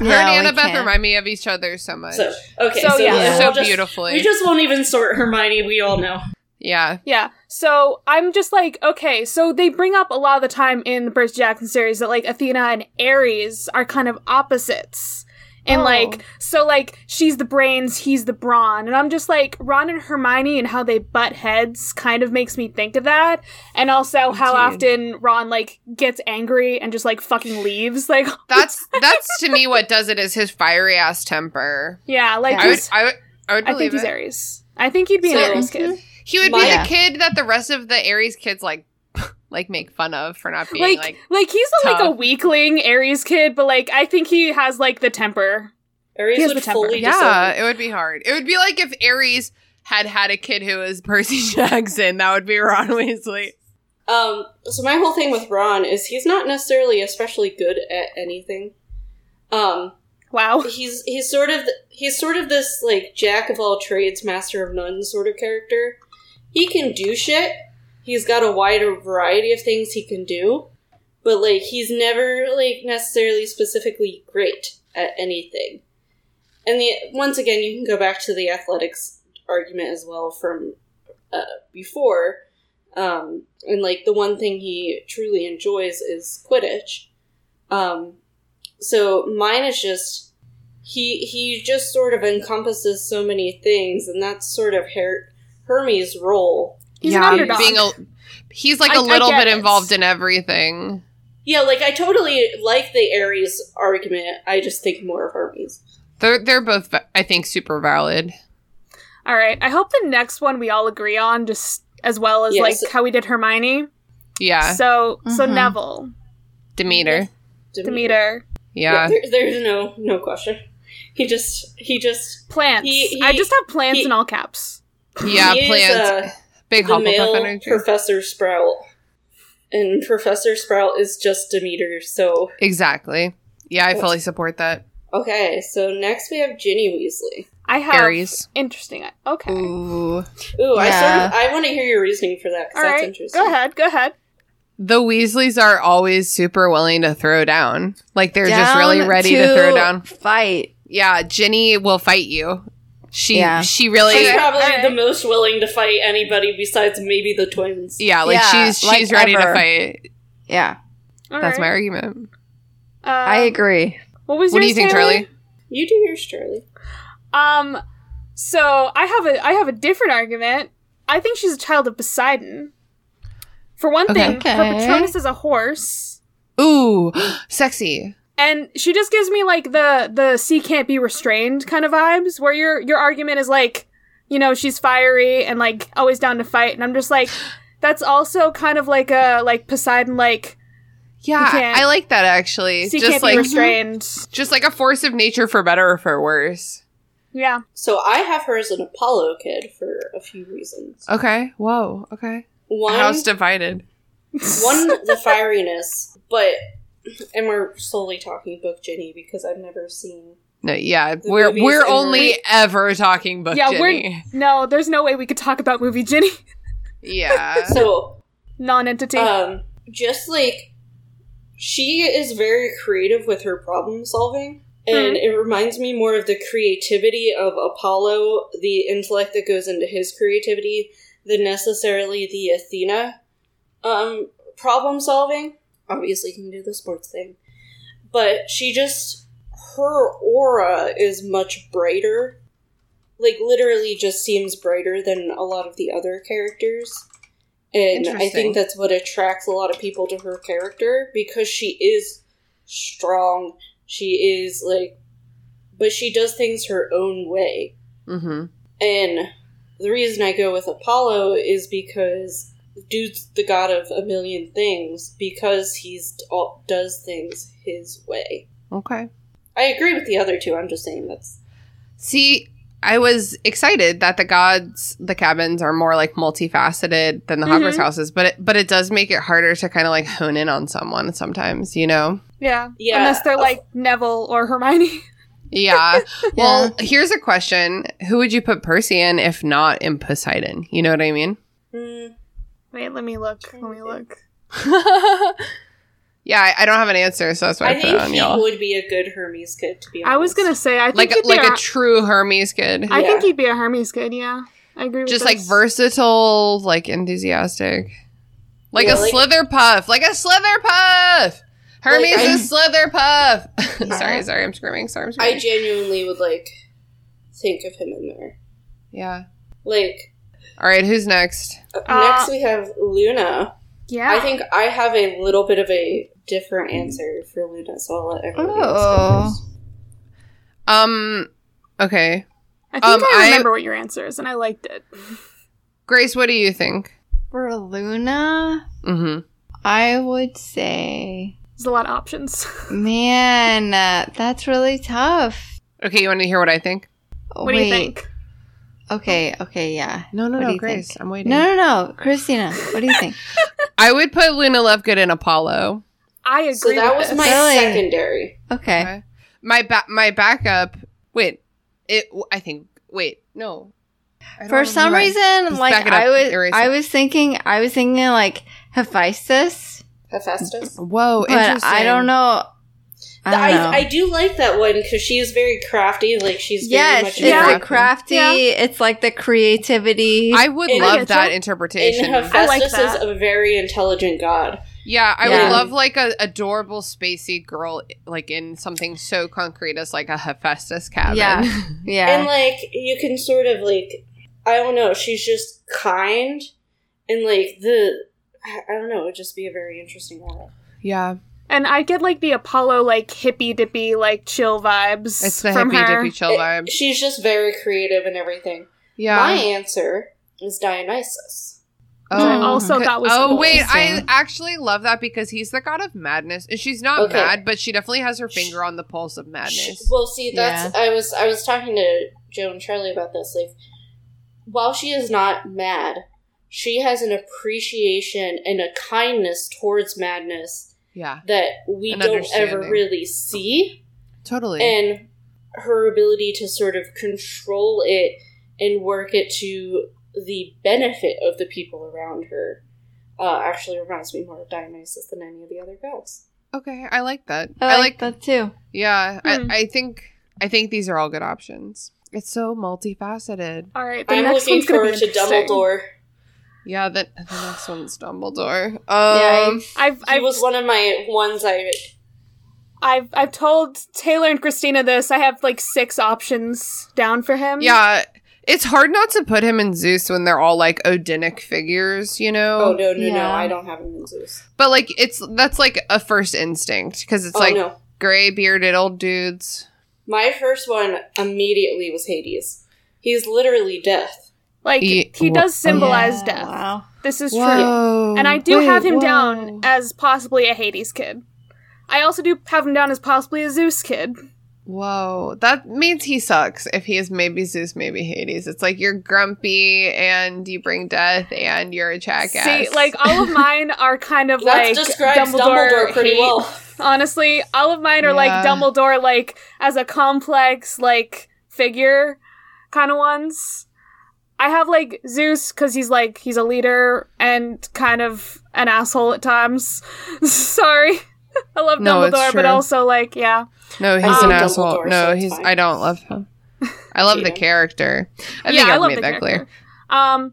Speaker 5: Her
Speaker 1: Yeah,
Speaker 5: and
Speaker 1: we
Speaker 5: Annabeth
Speaker 1: can.
Speaker 5: remind me of each other so much.
Speaker 4: So okay,
Speaker 2: So,
Speaker 4: so,
Speaker 2: yeah.
Speaker 4: yeah,
Speaker 1: Yeah.
Speaker 5: So
Speaker 4: we'll just-
Speaker 5: beautifully.
Speaker 4: We just won't even sort Hermione. We all know.
Speaker 5: yeah.
Speaker 2: Yeah. So I'm just like, okay, so they bring up a lot of the time in the Percy Jackson series that like Athena and Ares are kind of opposites. And
Speaker 5: Oh.
Speaker 2: like, so like, she's the brains, he's the brawn. And I'm just like, Ron and Hermione and how they butt heads kind of makes me think of that. And also how often Ron like gets angry and just like fucking leaves. Like,
Speaker 5: That's that's to me what does it is his fiery ass temper.
Speaker 2: yeah, like,
Speaker 5: I would
Speaker 2: he's-
Speaker 5: I would I would
Speaker 2: I,
Speaker 5: believe
Speaker 2: think he's
Speaker 5: it.
Speaker 2: Ares. I think he'd be
Speaker 4: So-
Speaker 2: an Aries kid.
Speaker 5: He would be
Speaker 4: My-
Speaker 5: the kid that the rest of the Aries kids like like make fun of for not being
Speaker 2: Like,
Speaker 5: like,
Speaker 2: like, he's a, like a
Speaker 5: tough.
Speaker 2: weakling Aries kid, but like, I think he has like the temper.
Speaker 4: Ares
Speaker 2: He has
Speaker 4: would
Speaker 2: the temper.
Speaker 4: fully
Speaker 5: Yeah,
Speaker 4: disown.
Speaker 5: it would be hard. It would be like if Aries had had a kid who was Percy Jackson, that would be Ron Weasley.
Speaker 4: Um. So my whole thing with Ron is he's not necessarily especially good at anything. Um.
Speaker 2: Wow.
Speaker 4: he's he's sort of he's sort of this like jack of all trades, master of none sort of character. He can do shit. He's got a wide variety of things he can do, but like he's never like necessarily specifically great at anything. And the once again, you can go back to the athletics argument as well from uh, before. Um, and like the one thing he truly enjoys is Quidditch. Um, so mine is just he he just sort of encompasses so many things, and that's sort of Her- Hermes' role.
Speaker 2: He's
Speaker 5: Yeah,
Speaker 2: an underdog.
Speaker 5: Being a, he's like
Speaker 2: I- I
Speaker 5: a little
Speaker 2: get
Speaker 5: bit
Speaker 2: it.
Speaker 5: involved in everything.
Speaker 4: Yeah, like I totally like the Aries argument. I just think more of Hermes.
Speaker 5: They're they're both va- I think super valid.
Speaker 2: All right. I hope the next one we all agree on, just as well as
Speaker 4: Yes.
Speaker 2: like how we did Hermione.
Speaker 5: Yeah,
Speaker 2: So, so
Speaker 1: Mhm.
Speaker 2: Neville,
Speaker 5: Demeter.
Speaker 2: Demeter,
Speaker 5: Yeah,
Speaker 4: there- there's no no question. He just he just
Speaker 2: plants.
Speaker 4: He- he-
Speaker 2: I just have plants
Speaker 4: he-
Speaker 2: in all caps.
Speaker 5: yeah.
Speaker 4: he is,
Speaker 5: plants.
Speaker 4: uh,
Speaker 5: Big
Speaker 4: the
Speaker 5: Hufflepuff
Speaker 4: male
Speaker 5: energy.
Speaker 4: Professor Sprout, and Professor Sprout is just Demeter. So
Speaker 5: exactly. Yeah, I fully support that.
Speaker 4: Okay, so next we have Ginny Weasley.
Speaker 2: I have
Speaker 5: Aries.
Speaker 2: interesting. Okay.
Speaker 5: Ooh.
Speaker 4: Ooh,
Speaker 1: Yeah.
Speaker 4: I sort of, I want to hear your reasoning for that
Speaker 2: All
Speaker 4: because that's
Speaker 2: right.
Speaker 4: interesting.
Speaker 2: Go ahead. Go ahead.
Speaker 5: The Weasleys are always super willing to throw down. Like they're just really
Speaker 1: Down
Speaker 5: ready to, throw down.
Speaker 1: Fight.
Speaker 5: Yeah, Ginny will fight you. She
Speaker 1: Yeah.
Speaker 5: she really
Speaker 4: She's probably
Speaker 2: All right.
Speaker 4: the most willing to fight anybody besides maybe the twins.
Speaker 5: Yeah, like
Speaker 1: Yeah,
Speaker 5: she's
Speaker 1: like
Speaker 5: she's ready
Speaker 1: ever.
Speaker 5: to fight.
Speaker 1: Yeah,
Speaker 2: All
Speaker 5: That's my
Speaker 2: right.
Speaker 5: argument.
Speaker 2: Uh,
Speaker 1: I agree.
Speaker 2: What was
Speaker 5: What do you
Speaker 2: yours,
Speaker 5: think,
Speaker 2: Taylor?
Speaker 5: Charlie?
Speaker 4: You do yours, Charlie.
Speaker 2: Um, so I have a I have a different argument. I think she's a child of Poseidon. For one
Speaker 5: Okay.
Speaker 2: thing, her
Speaker 1: Okay.
Speaker 2: Patronus is a horse,
Speaker 5: Ooh, sexy.
Speaker 2: and she just gives me like the the sea can't be restrained kind of vibes. Where your your argument is like, you know, she's fiery and like always down to fight, and I'm just like, that's also kind of like a like Poseidon like You
Speaker 5: Yeah,
Speaker 2: can't-
Speaker 5: I like that actually.
Speaker 2: sea
Speaker 5: just
Speaker 2: can't
Speaker 5: like
Speaker 2: be restrained.
Speaker 5: just like a force of nature for better or for worse.
Speaker 2: Yeah,
Speaker 4: So I have her as an Apollo kid for a few reasons.
Speaker 5: Okay. Whoa. Okay.
Speaker 4: One,
Speaker 5: House divided.
Speaker 4: one, the fieriness, but and we're solely talking book Ginny because I've never seen.
Speaker 5: No, yeah, we're
Speaker 4: movies
Speaker 5: we're
Speaker 4: and-
Speaker 5: only ever talking book
Speaker 2: yeah.
Speaker 5: Jenny.
Speaker 2: We're no, there's no way we could talk about movie Ginny
Speaker 5: Yeah.
Speaker 4: So
Speaker 2: non-entity.
Speaker 4: um, just like she is very creative with her problem solving and it reminds me more of the creativity of apollo the intellect that goes into his creativity than necessarily the athena um, problem solving obviously can do the sports thing but she just her aura is much brighter like literally just seems brighter than a lot of the other characters and i
Speaker 5: Interesting.
Speaker 4: think that's what attracts a lot of people to her character because she is strong she is like but she does things her own way
Speaker 5: mm-hmm.
Speaker 4: and the reason I go with Apollo is because dude's the god of a million things because he's all, does things his way.
Speaker 5: Okay.
Speaker 4: I agree with the other two. I'm just saying that's
Speaker 5: See, I was excited that the gods, the cabins are more like multifaceted than the Hogwarts houses, but it, but it does make it harder to kind of like hone in on someone sometimes, you know?
Speaker 2: yeah,
Speaker 4: yeah.
Speaker 2: unless they're like Neville or Hermione.
Speaker 5: Yeah. Well, here's a question: Who would you put Percy in if not in Poseidon? You know what I mean?
Speaker 2: Hmm.
Speaker 4: Mm,
Speaker 2: Wait, let me look. Let me look.
Speaker 5: yeah, I, I don't have an answer, so that's why I,
Speaker 4: I
Speaker 5: put it
Speaker 4: think
Speaker 5: on
Speaker 4: he
Speaker 5: y'all.
Speaker 4: would be a good Hermes kid. To be honest,
Speaker 2: I was gonna say I think
Speaker 5: Like
Speaker 2: he'd
Speaker 5: like
Speaker 2: be
Speaker 5: a true Hermes kid.
Speaker 2: I think
Speaker 4: Yeah.
Speaker 2: he'd be a Hermes kid. Yeah, I agree. With
Speaker 5: just
Speaker 2: this.
Speaker 5: like versatile, like enthusiastic, like
Speaker 4: Yeah,
Speaker 5: a
Speaker 4: like-
Speaker 5: slither puff, like a slither puff. Hermes
Speaker 4: Like, I-
Speaker 5: is slither puff. sorry, sorry, I'm screaming. Sorry, I'm
Speaker 4: I
Speaker 5: screaming.
Speaker 4: genuinely would like think of him in there.
Speaker 5: yeah.
Speaker 4: Like
Speaker 5: All right, who's next?
Speaker 4: uh,
Speaker 2: Uh,
Speaker 4: next we have Luna.
Speaker 2: Yeah,
Speaker 4: I think I have a little bit of a different answer for Luna, so I'll let everyone else go
Speaker 1: Oh.
Speaker 4: first.
Speaker 5: Um, okay,
Speaker 2: I think
Speaker 5: um,
Speaker 2: I
Speaker 5: I-
Speaker 2: remember what your answer is, and I liked it.
Speaker 5: Grace, what do you think?
Speaker 1: For Luna,
Speaker 5: Mm-hmm.
Speaker 1: I would say,
Speaker 2: There's a lot of options.
Speaker 1: man, uh, that's really tough.
Speaker 5: Okay, you want to hear what I think?
Speaker 2: what do you think?
Speaker 1: Okay, okay, yeah.
Speaker 5: No, no,
Speaker 1: What do
Speaker 5: no,
Speaker 1: you
Speaker 5: Grace,
Speaker 1: think?
Speaker 5: I'm waiting.
Speaker 1: No, no, no, Christina. What do you think?
Speaker 5: I would put Luna Lovegood in Apollo.
Speaker 2: I agree.
Speaker 4: So that
Speaker 2: with
Speaker 4: was
Speaker 2: this.
Speaker 4: my
Speaker 1: Really?
Speaker 4: secondary.
Speaker 1: Okay.
Speaker 5: Okay. My ba- my backup. Wait, it. I think. Wait, no. I don't
Speaker 1: For some
Speaker 5: remember.
Speaker 1: reason,
Speaker 5: Just back
Speaker 1: like
Speaker 5: it up,
Speaker 1: I was,
Speaker 5: erase
Speaker 1: I
Speaker 5: it.
Speaker 1: was thinking, I was thinking like Hephaestus,
Speaker 4: Hephaestus.
Speaker 5: Whoa,
Speaker 1: but I don't know. I don't know.
Speaker 4: I, I do like that one because she is very crafty. Like she's very
Speaker 1: yes,
Speaker 4: much
Speaker 1: it's
Speaker 4: in
Speaker 2: Yeah.
Speaker 1: the
Speaker 4: her-
Speaker 1: crafty.
Speaker 2: Yeah.
Speaker 1: It's like the creativity.
Speaker 5: I would
Speaker 4: And-
Speaker 5: love
Speaker 2: Yeah,
Speaker 5: that
Speaker 2: so-
Speaker 5: interpretation.
Speaker 4: and Hephaestus
Speaker 2: I like
Speaker 4: is
Speaker 2: that.
Speaker 4: a very intelligent god.
Speaker 5: yeah, I
Speaker 1: Yeah.
Speaker 5: would love like a adorable spacey girl like in something so concrete as like a Hephaestus cabin.
Speaker 1: Yeah.
Speaker 4: And
Speaker 1: yeah,
Speaker 4: like you can sort of like I don't know, she's just kind and like the I I don't know, it would just be a very interesting one.
Speaker 5: yeah.
Speaker 2: and I get like the Apollo like hippy dippy like chill vibes.
Speaker 5: It's the
Speaker 2: from
Speaker 5: hippy
Speaker 2: her.
Speaker 5: dippy chill vibe.
Speaker 4: She's just very creative and everything.
Speaker 5: Yeah.
Speaker 4: My answer is Dionysus.
Speaker 2: which I also
Speaker 5: okay.
Speaker 2: thought was
Speaker 5: oh
Speaker 2: cool.
Speaker 5: wait, I
Speaker 1: Interesting.
Speaker 5: actually love that because he's the god of madness. And she's not
Speaker 4: Okay.
Speaker 5: mad, but she definitely has her finger on the pulse of madness.
Speaker 4: Well, see, that's I was I was talking to Joe and Charlie about this. Like, while she is not mad, she has an appreciation and a kindness towards madness
Speaker 5: Yeah,
Speaker 4: that we
Speaker 5: An
Speaker 4: don't ever
Speaker 5: understanding.
Speaker 4: really see
Speaker 5: totally.
Speaker 4: and her ability to sort of control it and work it to the benefit of the people around her uh, actually reminds me more of Dionysus than any of the other gods.
Speaker 5: okay, I like that.
Speaker 1: I like, that too.
Speaker 5: Yeah,
Speaker 2: Hmm.
Speaker 5: I, I think I think these are all good options. It's so multifaceted.
Speaker 2: All right, the
Speaker 4: I'm
Speaker 2: next
Speaker 4: looking
Speaker 2: one's gonna
Speaker 4: forward
Speaker 2: be
Speaker 4: to
Speaker 2: interesting.
Speaker 4: Dumbledore.
Speaker 5: Yeah, the, the next one's Dumbledore. Um,
Speaker 2: I've
Speaker 4: He
Speaker 2: I've,
Speaker 4: was one of my ones I
Speaker 2: I've I've told Taylor and Christina this. I have like six options down for him.
Speaker 5: yeah, it's hard not to put him in Zeus when they're all like Odinic figures, you know.
Speaker 4: Oh no no no!
Speaker 1: Yeah.
Speaker 4: I don't have him in Zeus.
Speaker 5: But like, it's that's like a first instinct because it's
Speaker 4: oh
Speaker 5: like
Speaker 4: no!
Speaker 5: gray bearded old dudes.
Speaker 4: My first one immediately was Hades. He's literally death.
Speaker 2: like
Speaker 5: Ye-
Speaker 2: he does symbolize
Speaker 4: Oh,
Speaker 1: Yeah,
Speaker 2: death.
Speaker 1: Wow.
Speaker 2: This is true.
Speaker 5: E- Whoa,
Speaker 2: And I do
Speaker 5: wait,
Speaker 2: have him
Speaker 5: whoa.
Speaker 2: down as possibly a Hades kid. I also do have him down as possibly a Zeus kid.
Speaker 5: Whoa, that means he sucks. If he is maybe Zeus, maybe Hades. It's like you're grumpy and you bring death and you're a jackass.
Speaker 2: See, like all of mine are kind of
Speaker 4: That
Speaker 2: like
Speaker 4: describes Dumbledore,
Speaker 2: Dumbledore,
Speaker 4: pretty
Speaker 2: hate.
Speaker 4: well.
Speaker 2: Honestly, all of mine are
Speaker 5: Yeah.
Speaker 2: like Dumbledore, like as a complex like figure kind of ones. I have like Zeus because he's like he's a leader and kind of an asshole at times. Sorry, I love
Speaker 5: No, it's
Speaker 2: Dumbledore, but
Speaker 5: true.
Speaker 2: also like yeah,
Speaker 5: no, he's
Speaker 4: Um,
Speaker 5: an asshole.
Speaker 4: Dumbledore, so
Speaker 5: no,
Speaker 4: it's
Speaker 5: he's.
Speaker 4: fine.
Speaker 5: I don't love him. I love the
Speaker 4: Cheating.
Speaker 5: character. I
Speaker 2: yeah,
Speaker 5: think
Speaker 2: I
Speaker 5: I've
Speaker 2: love
Speaker 5: made
Speaker 2: the
Speaker 5: that
Speaker 2: character.
Speaker 5: clear.
Speaker 2: Um,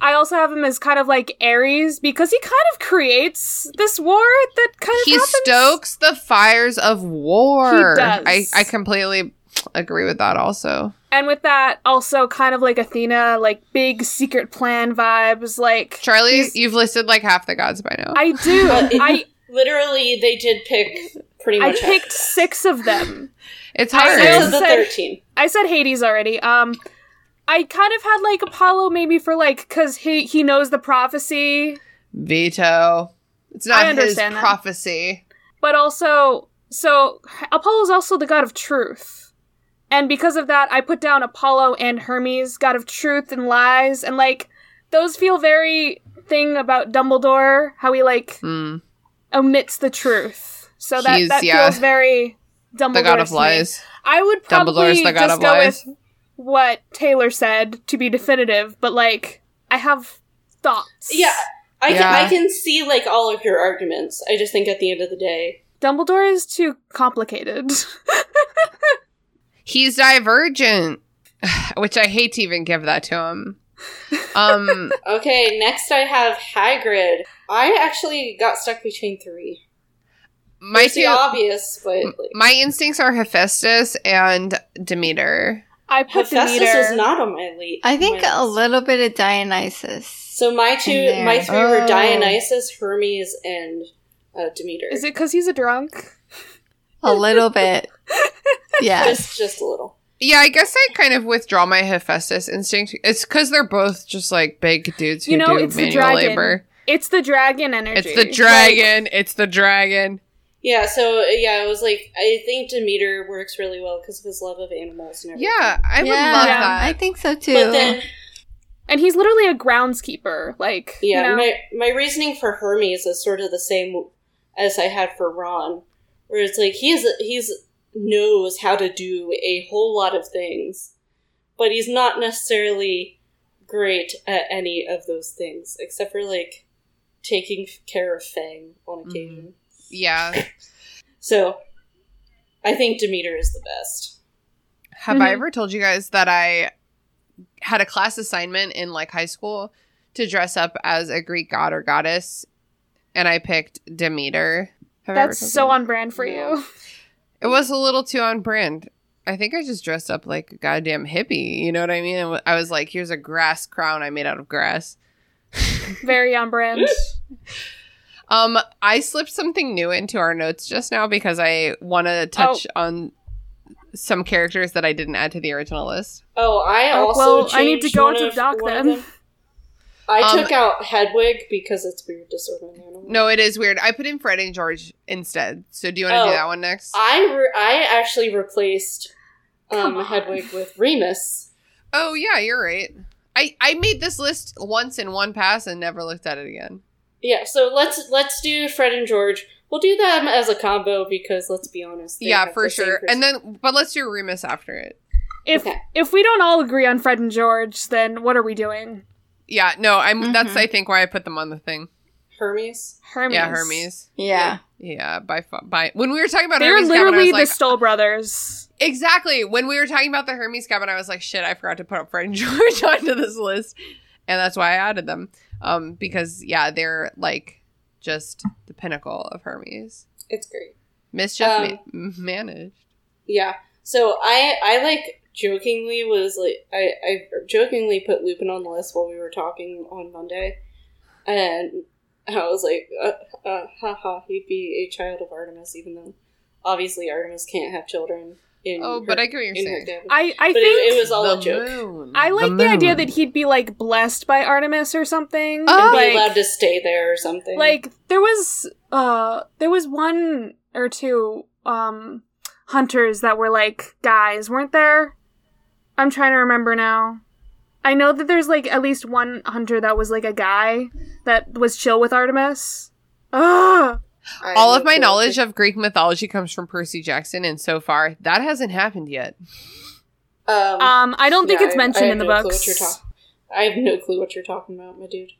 Speaker 2: I also have him as kind of like Ares because he kind of creates this war that kind of
Speaker 5: He
Speaker 2: happens.
Speaker 5: stokes the fires of war.
Speaker 2: He does.
Speaker 5: I, I completely agree with that. Also,
Speaker 2: And with that, also kind of like Athena, like big secret plan vibes. Like
Speaker 5: Charlie,
Speaker 2: he's-
Speaker 5: you've listed like half the gods by now.
Speaker 2: I do.
Speaker 4: But it-
Speaker 2: I
Speaker 4: Literally, they did pick pretty
Speaker 2: I
Speaker 4: much. half.
Speaker 2: picked six of them.
Speaker 5: it's
Speaker 2: I
Speaker 5: hard.
Speaker 4: Six of the
Speaker 2: said-
Speaker 4: thirteen.
Speaker 2: I said Hades already. Um, I kind of had like Apollo maybe for like because he he knows the prophecy,
Speaker 5: Veto. It's not
Speaker 2: I understand
Speaker 5: his
Speaker 2: that.
Speaker 5: prophecy.
Speaker 2: but also so Apollo's also the god of truth. And because of that, I put down Apollo and Hermes, god of truth and lies, and like those feel very thing about Dumbledore, how he like
Speaker 5: Hmm.
Speaker 2: omits the truth. So that,
Speaker 5: He's-
Speaker 2: that
Speaker 5: yeah.
Speaker 2: feels very Dumbledore.
Speaker 5: the god of
Speaker 2: to me.
Speaker 5: lies.
Speaker 2: I would
Speaker 5: Dumbledore's
Speaker 2: probably
Speaker 5: the god
Speaker 2: just
Speaker 5: of
Speaker 2: go
Speaker 5: lies.
Speaker 2: with what Taylor said to be definitive, but like I have thoughts.
Speaker 4: Yeah, I can
Speaker 5: Yeah.
Speaker 4: I can see like all of your arguments. I just think at the end of the day,
Speaker 2: Dumbledore is too complicated.
Speaker 5: He's divergent, which I hate to even give that to him. Um,
Speaker 4: okay. Next, I have Hagrid. I actually got stuck between three.
Speaker 5: my
Speaker 4: It's the
Speaker 5: two,
Speaker 4: obvious, but like,
Speaker 5: my instincts are Hephaestus and Demeter.
Speaker 2: I put
Speaker 4: Hephaestus
Speaker 2: Demeter.
Speaker 4: is not on my lead.
Speaker 1: I think
Speaker 4: my
Speaker 1: a
Speaker 4: list.
Speaker 1: little bit of Dionysus.
Speaker 4: So my
Speaker 1: in
Speaker 4: two,
Speaker 1: there.
Speaker 4: my three were
Speaker 5: Oh.
Speaker 4: Dionysus, Hermes, and uh, Demeter.
Speaker 2: Is it because he's a drunk?
Speaker 1: A little bit. Yes.
Speaker 4: just just a little?
Speaker 5: Yeah, I guess I kind of withdraw my Hephaestus instinct. It's because they're both just like big dudes who
Speaker 2: You know,
Speaker 5: do
Speaker 2: it's the
Speaker 5: manual
Speaker 2: dragon
Speaker 5: labor.
Speaker 2: It's the dragon energy.
Speaker 5: It's the dragon. it's the dragon.
Speaker 4: Yeah. So uh, yeah, it was like I think Demeter works really well because of his love of animals and everything.
Speaker 5: Yeah, I would
Speaker 1: Yeah,
Speaker 5: love
Speaker 2: Yeah.
Speaker 5: that.
Speaker 1: I think so too.
Speaker 4: But then,
Speaker 2: and he's literally a groundskeeper. Like
Speaker 4: yeah,
Speaker 2: you know?
Speaker 4: my my reasoning for Hermes is sort of the same as I had for Ron, where it's like he's he's knows how to do a whole lot of things, but he's not necessarily great at any of those things except for like taking care of Fang
Speaker 2: Mm-hmm.
Speaker 4: on occasion.
Speaker 5: yeah.
Speaker 4: So I think Demeter is the best.
Speaker 5: Have I
Speaker 2: Mhm.
Speaker 5: ever told you guys that I had a class assignment in like high school to dress up as a Greek god or goddess, and I picked Demeter. Have I ever
Speaker 2: that's
Speaker 5: told
Speaker 2: so
Speaker 5: you?
Speaker 2: on brand for
Speaker 4: No.
Speaker 2: you.
Speaker 5: It was a little too on brand. I think I just dressed up like a goddamn hippie. You know what I mean? And I was like, "Here's a grass crown I made out of grass."
Speaker 2: Very on brand.
Speaker 5: Um, I slipped something new into our notes just now because I want to touch
Speaker 4: Oh.
Speaker 5: on some characters that I didn't add to the original list.
Speaker 4: Oh, I
Speaker 2: Oh,
Speaker 4: also
Speaker 2: well, I need to
Speaker 4: changed
Speaker 2: go
Speaker 4: one
Speaker 2: into
Speaker 4: of-
Speaker 2: doc
Speaker 4: one of
Speaker 2: then.
Speaker 4: them. I
Speaker 5: Um,
Speaker 4: took out Hedwig because it's weird to sort of animal.
Speaker 5: No, it is weird. I put in Fred and George instead. So do you want to
Speaker 4: Oh.
Speaker 5: do that one next?
Speaker 4: I re- I actually replaced
Speaker 2: Come
Speaker 4: um,
Speaker 2: on.
Speaker 4: Hedwig with Remus.
Speaker 5: oh yeah, you're right. I I made this list once in one pass and never looked at it again.
Speaker 4: Yeah, so let's let's do Fred and George. We'll do them as a combo because let's be honest. they
Speaker 5: yeah,
Speaker 4: have
Speaker 5: for
Speaker 4: the same
Speaker 5: sure.
Speaker 4: pers-
Speaker 5: And then, but let's do Remus after it.
Speaker 2: If
Speaker 4: Okay.
Speaker 2: if we don't all agree on Fred and George, then what are we doing?
Speaker 5: Yeah, no, I'm. That's
Speaker 1: Mhm.
Speaker 5: I think why I put them on the thing.
Speaker 4: Hermes.
Speaker 2: Hermes.
Speaker 5: Yeah, Hermes.
Speaker 1: Yeah.
Speaker 5: Yeah, by fu- by when we were talking about
Speaker 2: They're
Speaker 5: Hermes cabin, I
Speaker 2: literally
Speaker 5: was
Speaker 2: the
Speaker 5: like,
Speaker 2: Stoll brothers.
Speaker 5: exactly when we were talking about the Hermes cabin, I was like, shit, I forgot to put up Fred and George onto this list, and that's why I added them. Um, because yeah, they're like just the pinnacle of Hermes.
Speaker 4: It's great.
Speaker 5: Mischief
Speaker 4: Um,
Speaker 5: ma- managed.
Speaker 4: Yeah. So I I like jokingly was like I, I jokingly put Lupin on the list while we were talking on Monday, and I was like, uh, uh, haha, he'd be a child of Artemis, even though obviously Artemis can't have children. In
Speaker 5: Oh,
Speaker 4: her-
Speaker 5: but I get what you're
Speaker 4: in her
Speaker 5: saying.
Speaker 4: cabin.
Speaker 2: I I
Speaker 4: But it-
Speaker 2: think
Speaker 4: it was all a
Speaker 5: The
Speaker 4: joke.
Speaker 5: moon.
Speaker 2: I like the,
Speaker 3: moon.
Speaker 2: idea that he'd be like blessed by Artemis or something.
Speaker 5: Oh.
Speaker 4: be
Speaker 2: like,
Speaker 4: allowed to stay there or something.
Speaker 2: like there was uh there was one or two um hunters that were like guys weren't there i'm trying to remember now i know that there's like at least one hunter that was like a guy that was chill with artemis Ugh.
Speaker 4: I
Speaker 5: All of
Speaker 4: don't
Speaker 5: my
Speaker 4: know.
Speaker 5: knowledge of Greek mythology comes from Percy Jackson, and so far that hasn't happened yet.
Speaker 4: Um,
Speaker 2: um i don't think
Speaker 4: yeah,
Speaker 2: it's
Speaker 4: I- I
Speaker 2: mentioned
Speaker 4: have
Speaker 2: in the
Speaker 4: no clue
Speaker 2: books
Speaker 4: what you're talk- I have no clue what you're talking about, my dude.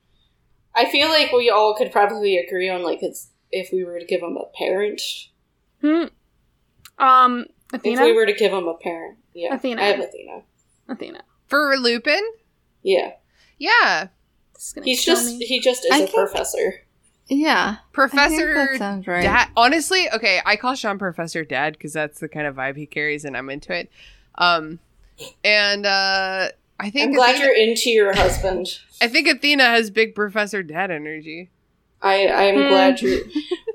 Speaker 4: I feel like we all could probably agree on like it's if we were to give him a parent.
Speaker 2: hmm. um athena
Speaker 4: If we were to give him a parent, yeah,
Speaker 2: Athena.
Speaker 4: I have Athena.
Speaker 2: athena
Speaker 5: For Lupin,
Speaker 4: Yeah,
Speaker 5: yeah,
Speaker 2: This is gonna
Speaker 4: he's
Speaker 2: kill
Speaker 4: just
Speaker 2: me.
Speaker 4: he just is
Speaker 1: I
Speaker 4: a
Speaker 1: think-
Speaker 4: professor.
Speaker 1: Yeah. I think that
Speaker 5: Professor
Speaker 1: sounds right.
Speaker 5: Dad. Honestly, okay, I call Sean Professor Dad because that's the kind of vibe he carries, and I'm into it. Um, and uh, I think
Speaker 4: I'm glad
Speaker 5: Athena,
Speaker 4: you're into your husband.
Speaker 5: I think Athena has big Professor Dad energy.
Speaker 4: I I'm
Speaker 2: Hmm.
Speaker 4: glad you.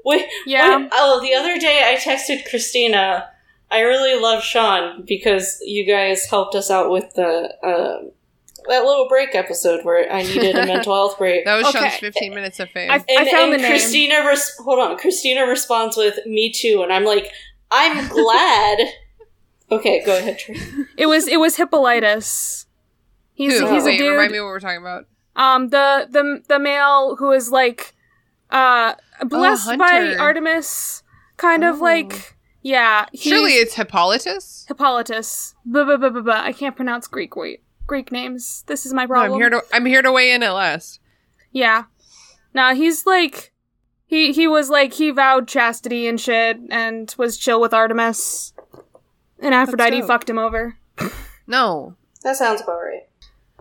Speaker 4: Wait,
Speaker 2: yeah
Speaker 4: What- oh, the other day I texted Christina. I really love Sean because you guys helped us out with the um, that little break episode where I needed a mental health break.
Speaker 5: That was
Speaker 2: Okay.
Speaker 5: Sean's 15 minutes of fame.
Speaker 2: I,
Speaker 4: And,
Speaker 2: I found
Speaker 4: and
Speaker 2: the name
Speaker 4: Christina res- hold on. Christina responds with "Me too," and I'm like, "I'm glad." okay, go ahead. Trey.
Speaker 2: it was it was hippolytus he's,
Speaker 5: Who?
Speaker 2: he's a
Speaker 5: Wait,
Speaker 2: dude
Speaker 5: remind me what we're talking about.
Speaker 2: um the the the male who is like uh blessed by
Speaker 5: Oh, Hunter.
Speaker 2: Artemis kind of
Speaker 5: Oh.
Speaker 2: like yeah he's
Speaker 5: Surely it's Hippolytus.
Speaker 2: Hippolytus Buh, buh, buh, buh, buh. I can't pronounce Greek wait Greek names this is my
Speaker 5: No,
Speaker 2: problem
Speaker 5: I'm here to I'm here to weigh in at last.
Speaker 2: yeah now he's like he he was like he vowed chastity and shit and was chill with Artemis and Aphrodite
Speaker 5: dope.
Speaker 2: fucked him over
Speaker 5: No,
Speaker 4: That sounds about right.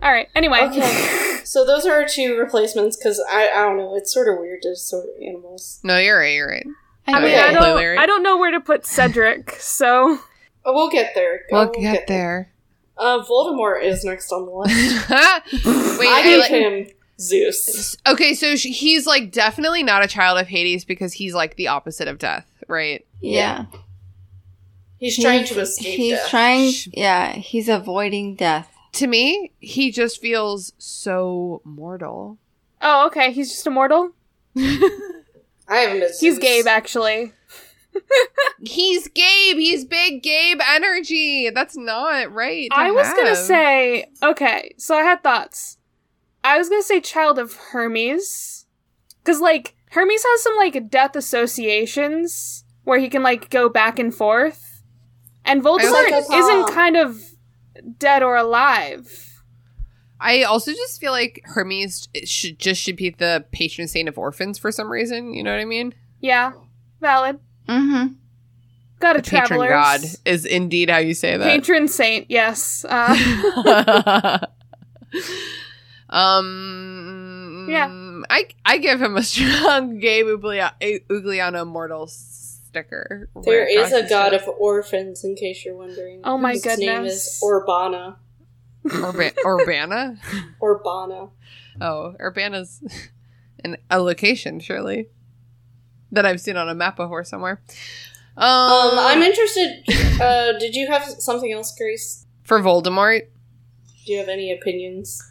Speaker 2: all right anyway
Speaker 4: Okay, so those are our two replacements because I I don't know. It's sort of weird to sort of animals.
Speaker 5: no, you're right. You're right.
Speaker 2: I mean I
Speaker 5: Okay.
Speaker 2: don't
Speaker 5: Play Larry.
Speaker 2: I don't know where to put Cedric so
Speaker 4: Oh, we'll get there.
Speaker 5: We'll
Speaker 4: Oh,
Speaker 5: get there.
Speaker 4: Uh, Voldemort is next on the
Speaker 5: Wait,
Speaker 4: list. I
Speaker 5: I
Speaker 4: gave
Speaker 5: like-
Speaker 4: him Zeus.
Speaker 5: okay, so sh he's like definitely not a child of Hades because he's like the opposite of death, right?
Speaker 1: Yeah.
Speaker 4: He's trying to escape.
Speaker 1: He's
Speaker 4: death.
Speaker 1: trying.
Speaker 5: Sh-
Speaker 1: Yeah. He's avoiding death.
Speaker 5: To me, he just feels so mortal.
Speaker 2: oh okay he's just immortal
Speaker 4: I have him as
Speaker 2: He's
Speaker 4: Zeus.
Speaker 2: Gabe, actually.
Speaker 5: He's Gabe. He's big Gabe energy. That's not right. to
Speaker 2: I was gonna
Speaker 5: have.
Speaker 2: say, okay, so I had thoughts. I was gonna say Child of Hermes. Because, like, Hermes has some, like, death associations where he can, like, go back and forth. And Voldemort
Speaker 4: Psychopath.
Speaker 2: isn't kind of dead or alive.
Speaker 5: I also just feel like Hermes should just should be the patron saint of orphans for some reason. You know what I mean?
Speaker 2: Yeah, valid.
Speaker 1: Mm-hmm.
Speaker 2: Got
Speaker 5: The
Speaker 2: a
Speaker 5: patron
Speaker 2: traveler.
Speaker 5: god is indeed how you say that.
Speaker 2: Patron saint, yes. Uh,
Speaker 5: um
Speaker 2: Yeah.
Speaker 5: I I give him a strong Gabe Uglia- Ugliano mortal sticker.
Speaker 4: There
Speaker 5: Where
Speaker 4: is a
Speaker 5: Gosh,
Speaker 4: god
Speaker 5: it's
Speaker 4: of orphans, in case you're wondering.
Speaker 2: Oh my
Speaker 4: His name is
Speaker 2: goodness.
Speaker 4: Orbana.
Speaker 5: Urba- Urbana.
Speaker 4: Orbana.
Speaker 5: Oh, Urbana's an a location surely that I've seen on a map before somewhere. Um,
Speaker 4: Um, I'm interested. Uh, did you have something else, Grace?
Speaker 5: for Voldemort.
Speaker 4: Do you have any opinions?